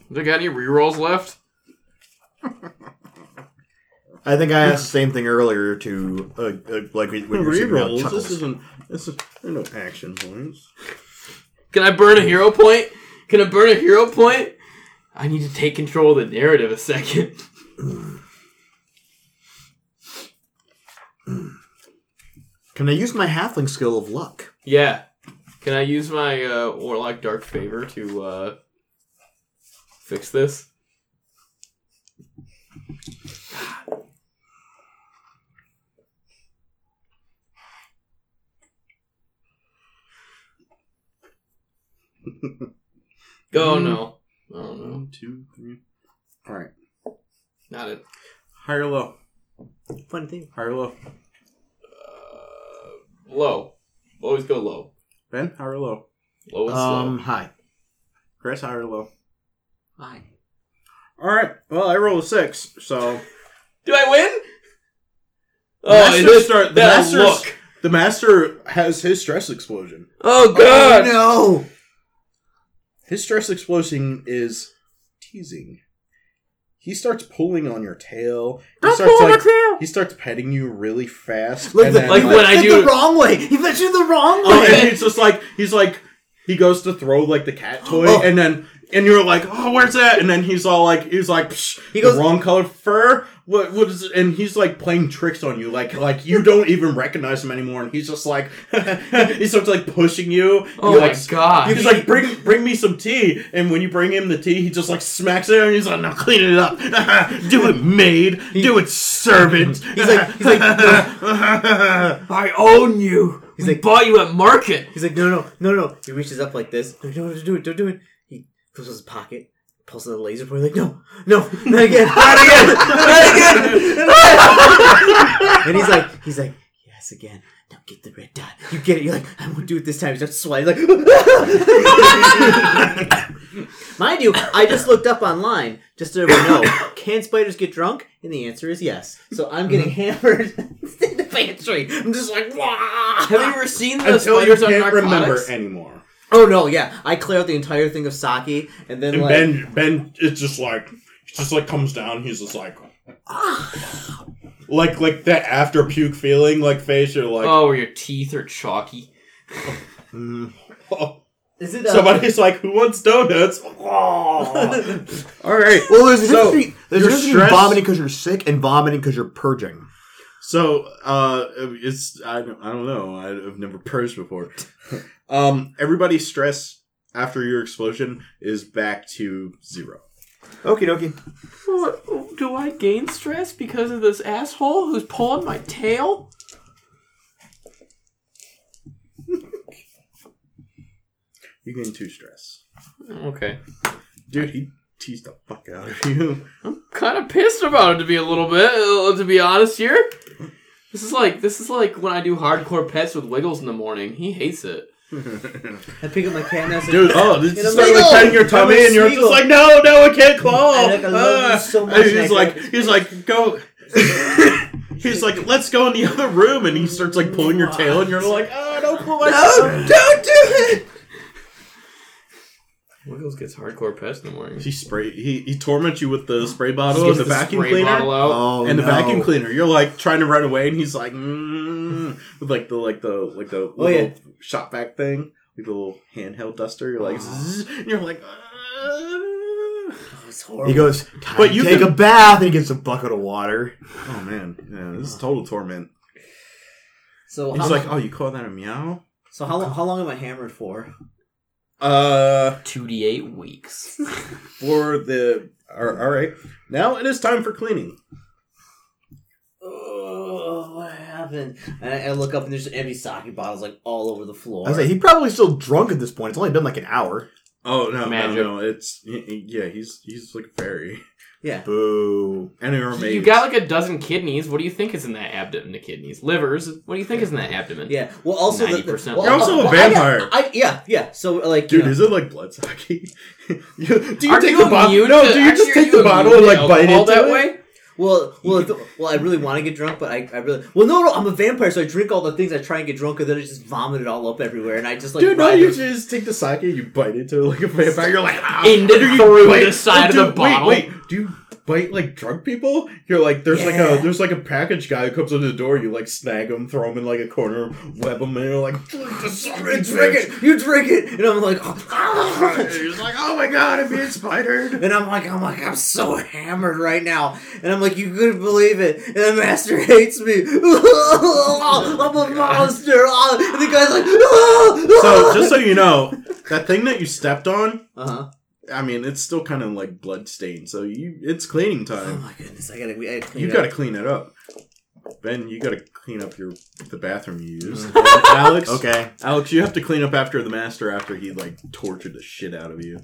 S3: They got any rerolls left?
S4: I think I asked the same thing earlier to uh, uh, like when you were sitting around
S2: Rerolls.
S4: chuckles.
S2: This isn't this is there are no action points.
S3: Can I burn a hero point? Can I burn a hero point? I need to take control of the narrative a second.
S4: Can I use my halfling skill of luck?
S3: Yeah. Can I use my uh, Warlock Dark Favor to uh, fix this. Oh no.
S2: Mm-hmm.
S3: Oh no.
S2: One, two, three. All right.
S3: Not it.
S2: High or low?
S1: Fun thing.
S2: High or low?
S3: Low. Always go low.
S2: Ben, high or low?
S3: Low is
S4: Um,
S3: low.
S4: hi.
S2: Chris, high or low?
S1: Hi.
S2: All right. Well, I roll a six, so
S3: Do I win?
S2: Masters
S3: it is-
S2: start- the
S3: that
S2: Masters- the master has his stress explosion.
S3: Oh god.
S1: No.
S2: His stress explosion is teasing. He starts pulling on your tail. He starts like he starts petting you really fast.
S1: Like,
S2: and
S1: the,
S2: then,
S1: like when I do
S3: do-
S1: the wrong way. He fetched you the wrong
S2: Oh,
S1: way.
S2: and he's just like he's like he goes to throw like the cat toy,
S1: Oh.
S2: and then and you're like, oh, where's that? And then he's all like, he's like, Psh,
S1: He
S2: he
S1: goes-
S2: goes wrong color fur. What what is? It? And he's like playing tricks on you, like like you don't even recognize him anymore. And he's just like he starts like pushing you.
S3: Oh
S2: You're
S3: my
S2: like,
S3: god.
S2: He's like, bring bring me some tea, and when you bring him the tea, he just like smacks it, and he's like, now clean it up, do it maid, do it servant.
S1: He's like, he's like, no.
S3: I own you.
S1: He's
S3: we
S1: like-
S3: bought you at market.
S1: he's like, no, no, no, no. He reaches up like this. No, no, don't do it, don't do it. He pulls out his pocket, pulls out a laser pointer. Like, no, no, not again, not again, not again. and he's like, he's like, yes, again. Now get the red dot. You get it. You're like, I won't do it this time. He starts sweating. He's Like, mind you, I just looked up online just so everyone know. Can spiders get drunk? And the answer is yes. So I'm getting hammered in the pantry. I'm just like, wah.
S3: Have you ever seen the
S2: until you
S3: spiders on
S2: can't
S3: narcotics?
S2: remember anymore.
S1: Oh no, yeah. I clear out the entire thing of sake and then
S2: And
S1: like
S2: Ben, Ben, it's just like, he just like comes down. He's just like, like, like that after puke feeling, like face. You're like,
S3: Oh, where your teeth are chalky.
S2: oh.
S1: is it uh,
S2: somebody's like, who wants donuts? Oh. All right.
S4: Well, there's a
S2: So,
S4: difference between- there's a
S2: your
S4: difference between
S2: stress-
S4: vomiting because you're sick and vomiting because you're purging.
S2: So, uh, it's I don't, I don't know. I- I've never purged before. um, everybody's stress after your explosion is back to zero.
S4: Okie dokie.
S5: What- Do I gain stress because of this asshole who's pulling my tail?
S2: You gain two stress,
S3: Okay.
S2: dude. He teased the fuck out of you.
S3: Kind of pissed about it to be a little bit. uh, To be honest here, this is like this is like when I do hardcore pets with Wiggles in the morning. He hates it.
S1: I pick up my cat and I say,
S2: Dude, oh, this
S1: Get
S2: is
S1: a
S2: like
S1: Smeagol!
S2: patting your tummy,
S1: Come
S2: and you're
S1: Smeagol.
S2: just like, no, no, I can't claw.
S1: I like, I love you
S2: Ah.
S1: so much,
S2: And
S1: and I
S2: he's like,
S1: can't-
S2: he's like, go. he's like, let's go in the other room, and he starts like pulling your tail, and you're like, oh, don't pull my tail.
S1: don't do it.
S3: Wiggles gets hardcore pets in the morning.
S2: He spray. He, he torments you with the spray bottle
S3: Just
S2: and
S3: gets
S2: the, vacuum
S3: spray
S2: cleaner.
S3: bottle out.
S4: Oh,
S2: and the
S4: no.
S2: vacuum cleaner, you're like trying to run away, and he's like, mm, with like the like the like the little
S1: Oh, yeah.
S2: shop vac thing, like the little handheld duster. You're like, zzz, and you're like, "Ah."
S1: It's
S4: He
S1: horrible.
S4: goes, Time
S2: But
S4: but
S2: you
S4: you take
S2: can-
S4: a bath, and he gets a bucket of water.
S2: Oh man, yeah, this is total torment.
S1: so how,
S2: He's like, oh, you call that a meow?
S1: so how, lo- how long am I hammered for?
S2: Uh,
S3: Two D eight weeks.
S2: for the all all right. Now it is time for cleaning.
S1: Oh, what happened? And I, I look up and there's empty sake bottles like all over the floor.
S4: I was like, he probably still drunk at this point. It's only been like an hour.
S2: Oh no,
S3: Magic.
S2: no, no! It's y- y- yeah, he's he's like a fairy,
S1: yeah.
S4: Boo.
S2: and you're amazed.
S3: You got like a dozen kidneys. What do you think is in that abdomen? The kidneys, livers. What do you think is in that abdomen?
S1: Yeah. Well, also the, the,
S3: 90%
S1: well,
S2: You're also a
S1: well, I got-
S2: vampire.
S1: I, yeah, yeah. So like,
S2: Dude,
S1: you know,
S2: is it like blood sake? You- do you
S3: Aren't
S2: take
S3: you
S2: the bottle?
S3: immune
S2: No,
S3: to-
S2: do you
S3: actually,
S2: just take
S3: are
S2: the
S3: you
S2: bottle and
S3: immune
S2: like
S3: to
S2: bite
S3: alcohol
S2: into
S3: that
S2: it?
S3: way?
S1: Well, well, th- well. I really want to get drunk, but I, I really well. No, no. I'm a vampire, so I drink all the things. I try and get drunk, and then I just vomit it all up everywhere, and I just like.
S2: Dude, no,
S1: ride
S2: you
S1: it.
S2: just take the sake, you bite into it like a vampire. You're like, ah,
S3: Into
S2: do you
S3: through
S2: bite-
S3: the side of
S2: do-
S3: the bottle.
S2: Wait, wait, do you bite like drunk people? You're like, there's like
S1: Yeah.
S2: a there's like a package guy who comes to the door. You like snag him, throw him in like a corner, web him, and you're like, drink the sake,
S1: you drink
S2: bitch."
S1: it, you drink it, and I'm like, ah!
S2: And He's like, oh my god, I'm being spidered.
S1: and I'm like, I'm like, I'm so hammered right now, and I'm like, you couldn't believe it, and the master hates me. I'm
S2: Oh,
S1: a monster, Ah. and the guy's like, ah.
S2: So just so you know, that thing that you stepped on
S1: uh huh,
S2: I mean, it's still kind of like blood stained, so you it's cleaning
S1: Oh
S2: time.
S1: my goodness! I gotta. We, I gotta clean
S2: you
S1: it
S2: got to
S1: up.
S2: clean it up. Ben, you got to clean up your the bathroom you used.
S4: Alex. Okay.
S2: Alex, you have to clean up after the master after he like tortured the shit out of you.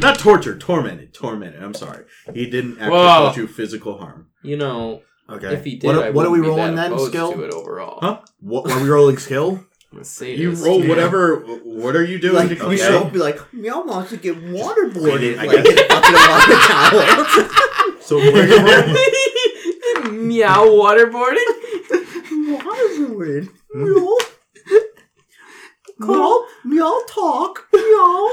S2: Not tortured, tormented, tormented. I'm sorry. He didn't actually
S3: Whoa.
S2: cause you physical harm.
S3: You know,
S4: Okay.
S3: if he did,
S4: what,
S3: I
S4: what are we
S3: wouldn't be
S4: rolling
S3: that
S4: then?
S3: opposed To
S4: Skill.
S3: it overall.
S2: Huh?
S4: What are we rolling? Skill.
S3: Let's see.
S2: You
S3: this.
S2: roll
S3: Yeah.
S2: whatever. What are you doing?
S1: Like
S2: to
S1: we
S2: clean
S1: should all
S2: up?
S1: be like, meow wants to get waterboarded.
S2: I
S1: Like
S2: guess-
S1: get a bucket of water towel.
S2: So what are you rolling?
S5: Meow waterboarding.
S1: waterboarded. Meow. Meow. Meow. Talk. Meow.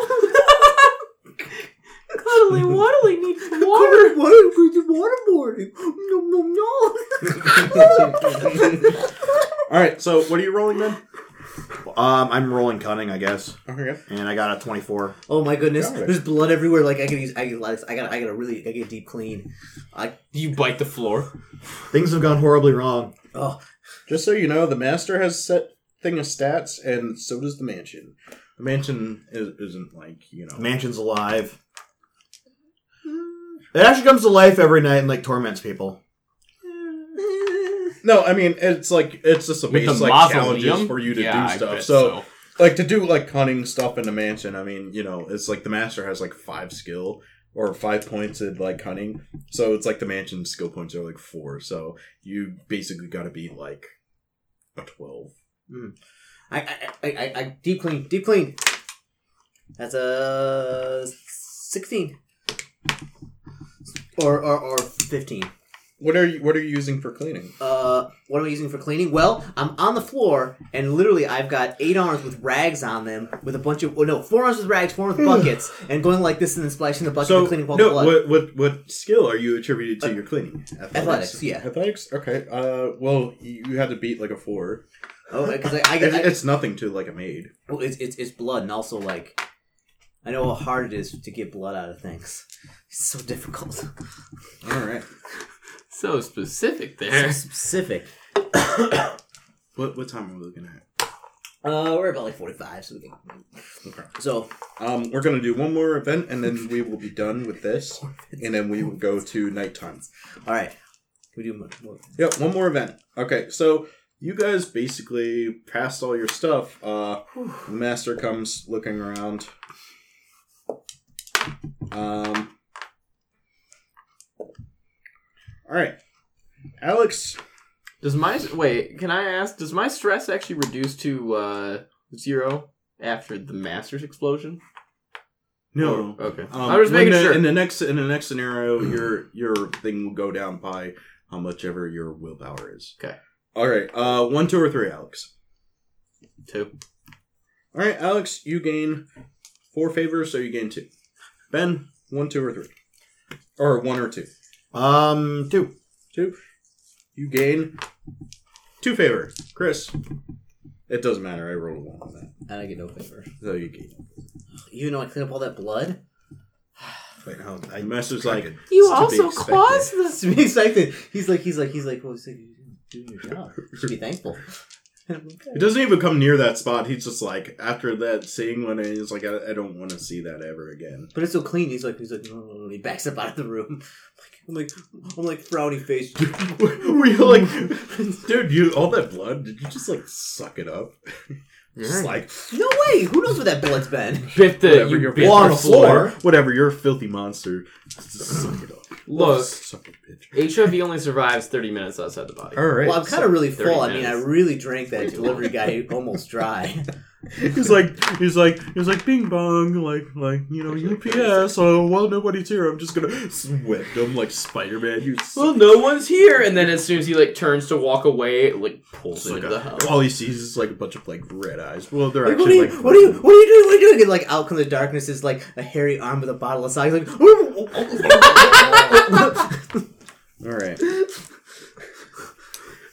S5: Cuddly waddly needs water.
S1: Water. Water. Waterboarding. No. No. No.
S2: All right. So what are you rolling then?
S4: Um, I'm rolling cunning, I guess,
S2: Okay.
S4: and I got a 24.
S1: oh my goodness!
S2: Alright.
S1: There's blood everywhere. Like I can use. I can use. I got. I got a really. I get deep clean. I.
S3: You bite the floor.
S4: Things have gone horribly wrong.
S1: Oh.
S2: Just so you know, the master has a set thing of stats, and so does the mansion. The mansion is, isn't like you know.
S4: Mansion's alive. It actually comes to life every night and like torments people.
S2: No, I mean it's like it's just a
S3: With the
S2: base like challenges
S3: mausoleum?
S2: for you to
S3: Yeah,
S2: do
S3: I
S2: stuff.
S3: bet
S2: So, like to do like cunning stuff in the mansion. I mean, you know, it's like the master has like five skill or five points in like cunning. So it's like the mansion skill points are like four. So you basically got to be like a twelve.
S1: I. I. I. I, I deep clean. Deep clean. That's a sixteen. Or or or fifteen.
S2: What are you What are you using for cleaning?
S1: uh, what am I using for cleaning? Well, I'm on the floor, and literally I've got eight arms with rags on them, with a bunch of oh no, four arms with rags, four arms with buckets, and going like this and then splashing the bucket
S2: So
S1: and cleaning up all the
S2: no,
S1: blood. Uh,
S2: what what what skill are you attributed to your cleaning?
S1: athletics, yeah.
S2: athletics. Okay. Uh, well, you you had to beat like a four.
S1: Oh, because I, I,
S2: It's,
S1: I,
S2: it's nothing to like a maid.
S1: well, it's, it's it's blood, and also like I know how hard it is to get blood out of things. It's so difficult,
S2: All right.
S3: So specific
S1: so
S3: there.
S1: specific.
S2: What what time are we looking at?
S1: Uh, we're about like forty-five, so we can. So
S2: Um, we're gonna do one more event, and then we will be done with this, and then we will go to nighttime.
S1: all right, we do more. more.
S2: Yep, one more event. Okay, so you guys basically passed all your stuff. Uh, the master comes looking around. Um. All right, Alex.
S3: Does my wait? Can I ask? Does my stress actually reduce to uh, zero after the master's explosion? Or- okay.
S2: Um,
S3: I was
S2: when
S3: making
S2: the-
S3: sure.
S2: In the next in the next scenario, your your thing will go down by how much ever your willpower is.
S3: Okay.
S2: All right. Uh, one, two, or three, Alex.
S3: Two.
S2: All right, Alex, you gain four favors, so you gain two. Ben, one, two, or three, or one or two.
S4: Um, two.
S2: Two. You gain two favor. Chris. It doesn't matter. I rolled a one on that,
S1: And I get no favor,
S2: so you gain.
S1: even though I clean up all that blood.
S2: Wait, no, I master's like
S5: You
S2: to be
S5: also
S2: expected.
S5: caused this.
S1: to be excited. He's like, he's like, he's like, well, he's like, you're doing your job. You should be thankful. And I'm like,
S2: It doesn't even come near that spot. He's just like after that seeing one, and he's like, I, I don't want to see that ever again.
S1: But it's so clean. He's like, he's like, no, no, no. He backs up out of the room. I'm like, I'm like, I'm like frowny face.
S2: Were you like, dude? You all that blood? Did you just like suck it up? Just like
S1: No way. Who knows where that bullet's been?
S3: Bit the
S2: whatever
S3: you
S2: your
S3: bit
S4: on
S3: the
S4: the floor.
S2: whatever. You're a filthy monster. Just suck it up.
S3: Look,
S2: suck it, bitch.
S3: HOV only survives thirty minutes outside the body.
S2: All right.
S1: Well, I'm kind of really
S3: 30
S1: full. I mean, I
S3: minutes.
S1: really drank that
S3: Way too
S1: delivery guy almost dry.
S2: he's like, he's like, he's like, bing bong, like, like you know, UPS. Oh, well, nobody's here. I'm just gonna whip them like Spider Man. You.
S3: Well, no one's here. And then as soon as he like turns to walk away, it, like pulls
S2: It's like
S3: into
S2: a-
S3: the house.
S2: all he sees is like a bunch of like red eyes. Well, they're
S1: Like, what, are
S2: actually
S1: you,
S2: like.
S1: what are you? What are you doing? What are you doing? And like out from the darkness is like a hairy arm with a bottle of sake. oh, He's like,
S2: All right.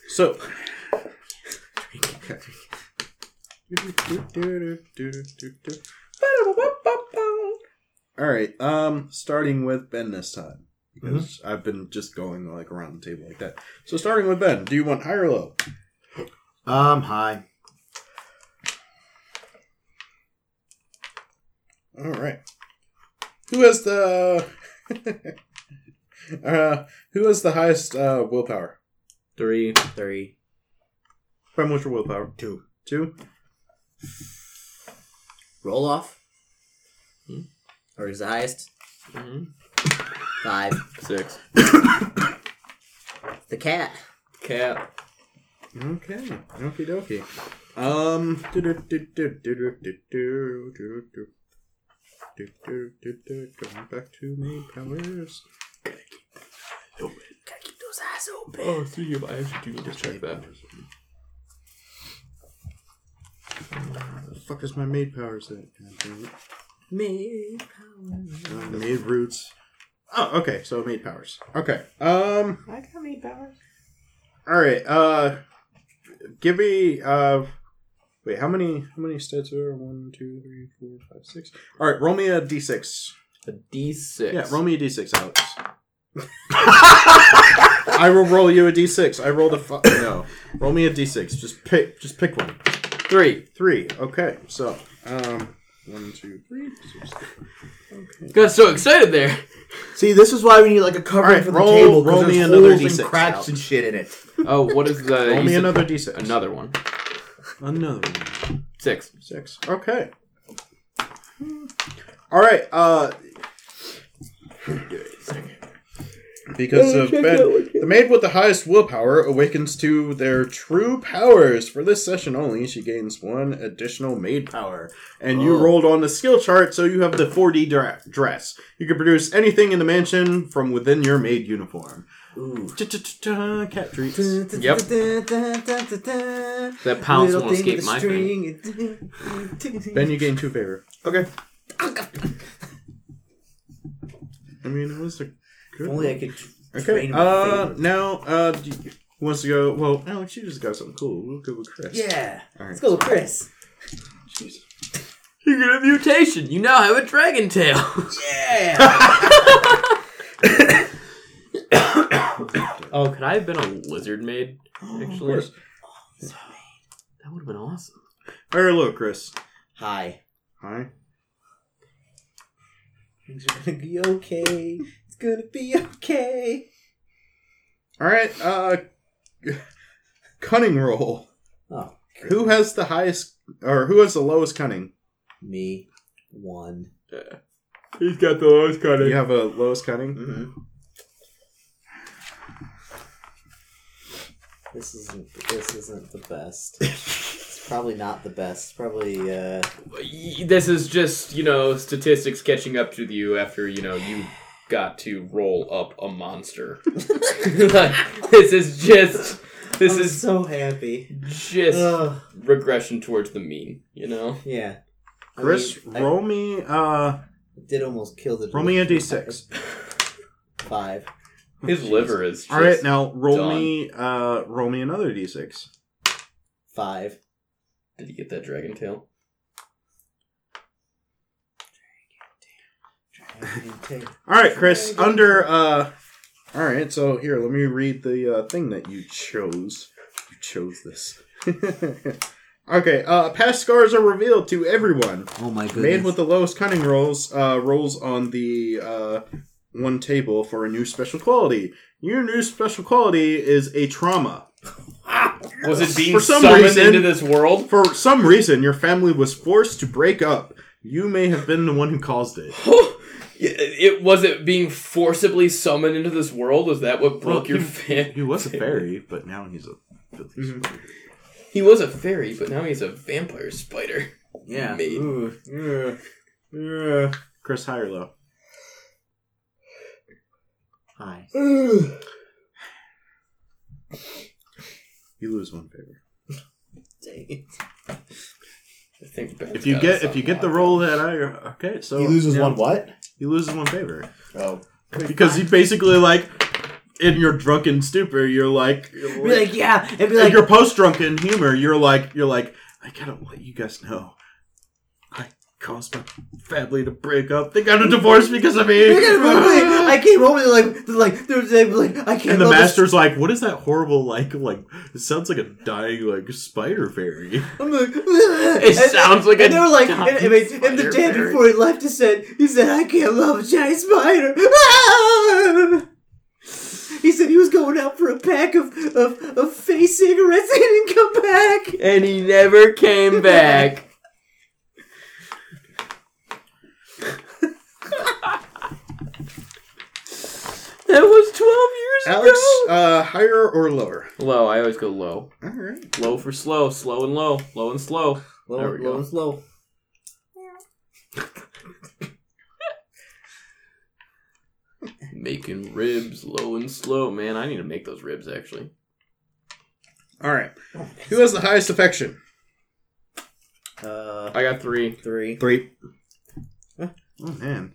S2: So. All right. Um, starting with Ben this time because
S1: Mm-hmm.
S2: I've been just going like around the table like that. So starting with Ben, do you want high or low?
S4: Um, high.
S2: All right. Who has the uh, Who has the highest uh, willpower?
S1: Three. Three.
S2: Prime, what's your willpower? Two. Two.
S1: Roll off. Or is the highest? Five.
S3: Six.
S1: The cat.
S3: Cat.
S2: Okay. Okie dokie. Um. Back to me powers.
S3: Oh, speaking of, I actually do need to check that.
S2: Where the fuck is my maid powers at? Maid powers. Uh, maid roots. Oh, okay. So maid powers. Okay. Um.
S5: I got me powers.
S2: All right. Uh, give me. Uh, wait. How many? How many stats are there? One, two, three, four, five, six. All right. Roll me a d6.
S3: A D6.
S2: Yeah. Roll me a d6, Alex. I will roll you a d6. I rolled a fu- no. Roll me a d6. Just pick. Just pick one.
S3: Three.
S2: Three. Okay. So. Um. One, two, three. Six,
S3: Got so excited there.
S4: See, this is why we need like a covering
S2: Alright,
S4: for the
S2: roll- roll
S4: table because
S2: me
S4: there's
S2: another
S4: holes
S2: D6
S4: and cracks
S2: out.
S4: and shit in it.
S3: Oh, what is the?
S2: Roll
S3: you
S2: me
S3: said-
S2: another d6.
S3: Another one.
S2: Another one.
S3: Six.
S2: Six. Okay. All right. Uh, because of Ben, the maid with the highest willpower awakens to their true powers. For this session only, she gains one additional maid power. And you rolled on the skill chart, so you have the 4D dra- dress. You can produce anything in the mansion from within your maid uniform.
S1: Ooh.
S2: Cha-cha-cha-cha, Cat treats.
S3: Yep.
S1: That
S3: That pounce won't escape my thing.
S2: Ben, you gain two favor.
S4: Okay.
S2: I mean, it was a good.
S1: Only I could.
S2: Okay.
S1: train my
S2: Uh,
S1: favor.
S2: now, uh, do you- who wants to go? Well, Alex, you just got something cool. We'll go with Chris.
S1: Yeah.
S2: All
S1: Let's
S2: right.
S1: go with Chris.
S3: You get a mutation. You now have a dragon tail.
S1: Yeah.
S3: oh, could I have been a lizard maid? Actually,
S2: course.
S3: that would have been awesome.
S2: All right, hello, Chris.
S1: Hi.
S2: Hi.
S1: Things are gonna be okay. It's gonna be okay.
S2: All right. Uh, cunning roll.
S1: Oh,
S2: Who has the highest, or who has the lowest cunning?
S1: me one.
S3: He's got the lowest cutting.
S2: You have a lowest cunning.
S1: Mm-hmm. This isn't. This isn't the best. it's probably not the best. It's probably. uh...
S3: This is just you know statistics catching up to you after you know you got to roll up a monster. like, this is just this
S1: I'm
S3: is
S1: so happy.
S3: just
S1: Ugh.
S3: regression towards the mean. You know.
S1: yeah. I
S2: Chris,
S1: mean, I
S2: roll me. Uh,
S1: did almost kill the.
S2: roll me a d6.
S1: Five.
S3: His liver is. Just,
S2: All right, now roll
S3: Done.
S2: me. Uh, roll me another d6.
S1: Five.
S3: Did he get that dragon tail?
S2: All right, Chris. Under uh, all right. So here, let me read the uh, thing that you chose. You chose this. okay. Uh, past scars are revealed to everyone.
S1: Oh my
S2: Made with the lowest cunning rolls. Uh, rolls on the uh, one table for a new special quality. Your new special quality is a trauma.
S3: Was it being
S2: For some
S3: summoned
S2: reason-
S3: into this world?
S2: For some reason, your family was forced to break up. You may have been the one who caused it.
S3: It was it being forcibly summoned into this world. Was that what broke your fan?
S2: He was a fairy, but now he's a. Mm-hmm.
S3: He was a fairy, but now he's a vampire spider.
S1: yeah.
S3: Made.
S1: Ooh, yeah. Yeah.
S2: Chris, high or low?
S1: Hi.
S2: You lose one favor.
S1: Dang it.
S3: I think Ben's
S2: If you
S3: got
S2: get
S3: us
S2: if you
S3: on
S2: get the
S3: lock.
S2: roll that I okay, so
S4: He loses
S2: now
S4: one what?
S2: He loses one favor
S4: Oh.
S2: because he basically like in your drunken stupor, you're like,
S1: Be like, yeah. And be
S2: in
S1: like,
S2: your post drunken humor, you're like, you're like, I gotta let you guys know, I caused my family to break up. They got a divorce because of me.
S1: I gotta remember, like, I came home and they're like, they're like, they're they're like, I can't.
S2: and the
S1: love this-
S2: master's like, "What is that horrible like? Like, it sounds like a dying like spider fairy."
S1: I'm like, it
S3: sounds like a
S1: and they were like, and,
S3: giant
S1: and, and, the dad
S3: spider.
S1: before he left, he said, he said, I can't love a giant spider. Ah! He said he was going out for a pack of of, of face cigarettes and he didn't come back.
S3: And he never came back. that was 12 years
S2: Alex, uh, higher or lower?
S3: ago. Low. I always go low.
S2: All right.
S3: Low for slow. Slow and low. Low and slow.
S1: Low,
S3: There we
S1: low
S3: go.
S1: and slow.
S3: Making ribs low and slow. Man, I need to make those ribs actually.
S2: All right. Who has the highest affection?
S1: Uh,
S3: I got three.
S1: three.
S4: Three.
S2: Oh man.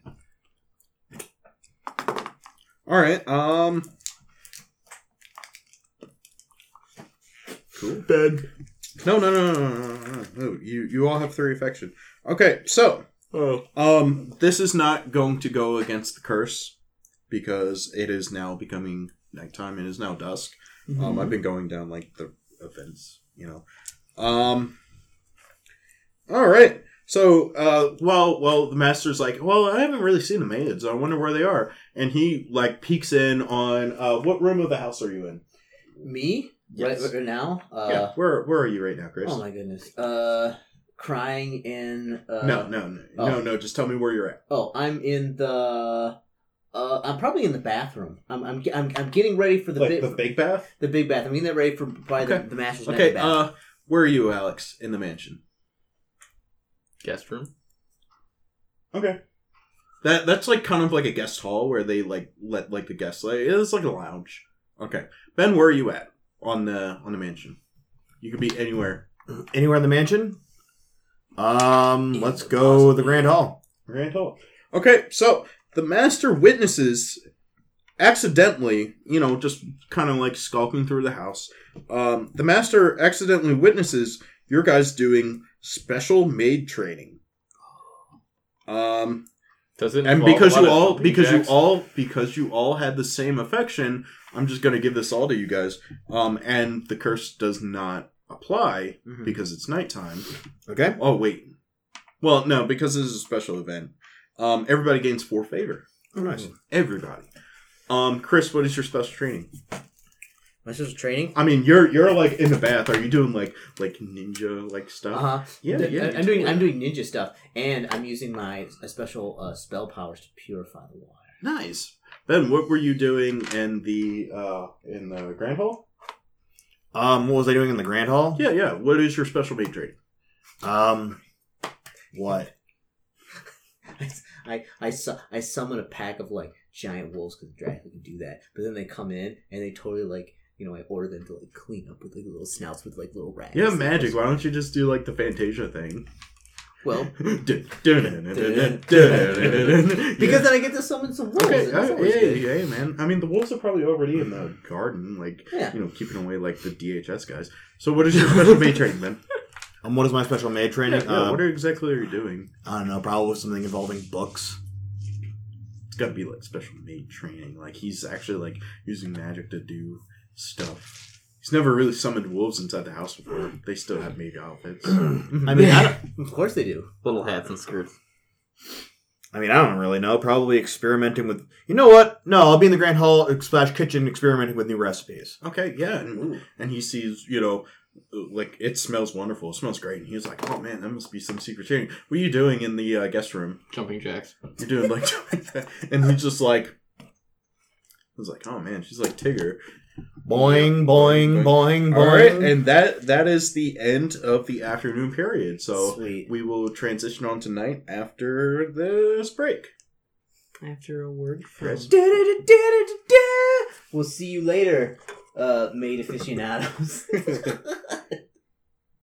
S2: All right. Um. Cool.
S4: Ben.
S2: No, no, no, no, no, no, no, no. You, you all have three affection. Okay, so
S4: Oh.
S2: um, this is not going to go against the curse because it is now becoming nighttime. It is now dusk.
S1: Mm-hmm.
S2: Um, I've been going down like the events, you know. Um. All right. So, uh, well, well, the master's like, well, I haven't really seen the maids. I wonder where they are. And he like peeks in on uh, what room of the house are you in?
S1: Me
S2: Yes.
S1: right, right now. Uh,
S2: yeah. Where Where are you right now, Chris?
S1: Oh my goodness. Uh, crying in. Uh,
S2: no, no, no,
S1: oh.
S2: no, no. Just tell me where you're at.
S1: Oh, I'm in the. Uh, I'm probably in the bathroom. I'm I'm ge- I'm, I'm getting ready for the
S2: like
S1: big
S2: the big bath.
S1: the big bath. I'm getting that ready for by the,
S2: Okay.
S1: the master's
S2: Okay,
S1: night bath.
S2: uh, where are you, Alex, in the mansion?
S3: Guest room.
S2: Okay. That that's like kind of like a guest hall where they like let like the guests like it's like a lounge. Okay, Ben, where are you at on the on the mansion? You could be anywhere.
S4: Anywhere in the mansion? Um, let's go the Grand Hall.
S2: Grand hall. Okay, so the master witnesses accidentally, you know, just kind of like skulking through the house. Um, the master accidentally witnesses your guys doing special maid training. Um,
S3: Does it?
S2: and
S3: involve
S2: because
S3: a
S2: you
S3: lot of
S2: all
S3: jumping
S2: because you
S3: jacks?
S2: all because you all had the same affection i'm just gonna give this all to you guys um and the curse does not apply
S1: Mhm.
S2: because it's nighttime
S4: Okay.
S2: oh wait well no because this is a special event um everybody gains four favor
S4: Oh, nice.
S2: everybody um chris what is your special training
S1: My special training.
S2: i mean you're you're like in the bath are you doing like like ninja like
S1: Uh
S2: stuff
S1: huh.
S2: yeah Uh-huh. yeah
S1: I'm doing I'm doing ninja stuff, and I'm using my uh, special uh, spell powers to purify the water.
S2: nice ben what were you doing in the uh in the grand hall
S4: Um, what was I doing in the Grand Hall?
S2: yeah yeah what is your special maid training
S4: Um, what?
S1: I I su- I summon a pack of like giant wolves because Dracula can do that, but then they come in and they totally like you know I order them to like clean up with like little snouts with like little rags.
S2: You have magic. Why don't you just do like the Fantasia thing?
S1: Well, because
S2: because
S1: then I get to summon some wolves.
S2: okay,
S1: and that's
S2: uh,
S1: always
S2: yeah,
S1: good.
S2: yeah, yeah, man. I mean, the wolves are probably already in the garden, like
S1: Yeah.
S2: you know, keeping away like the DHS guys. So, what is your special maid training, man?
S4: Um, what is my special maid training?
S2: Yeah,
S4: Um,
S2: what are exactly are you doing?
S4: I don't know. Probably something involving books.
S2: It's got to be like special maid training. Like he's actually like using magic to do stuff. He's never really summoned wolves inside the house before. They still have maid outfits.
S4: I mean, I don't,
S1: Of course they do.
S3: little hats and skirts.
S4: I mean, I don't really know. Probably experimenting with. You know what? No, I'll be in the Grand Hall slash kitchen experimenting with new recipes.
S2: Okay, yeah, and, and he sees, you know, like it smells wonderful, it smells great, and he's like, "Oh man, that must be some secret training." What are you doing in the uh, guest room?
S3: Jumping jacks.
S2: You're doing like, and he's just like, he's like, "Oh man, she's like Tigger." Um,
S4: Boing, boing, boing, boing.
S2: All right, and that that is the end of the afternoon period. So
S1: Sweet.
S2: we will transition on tonight after this break.
S5: After a word from
S2: Chris?
S1: Da-da-da-da-da-da. We'll see you later, uh, made aficionados.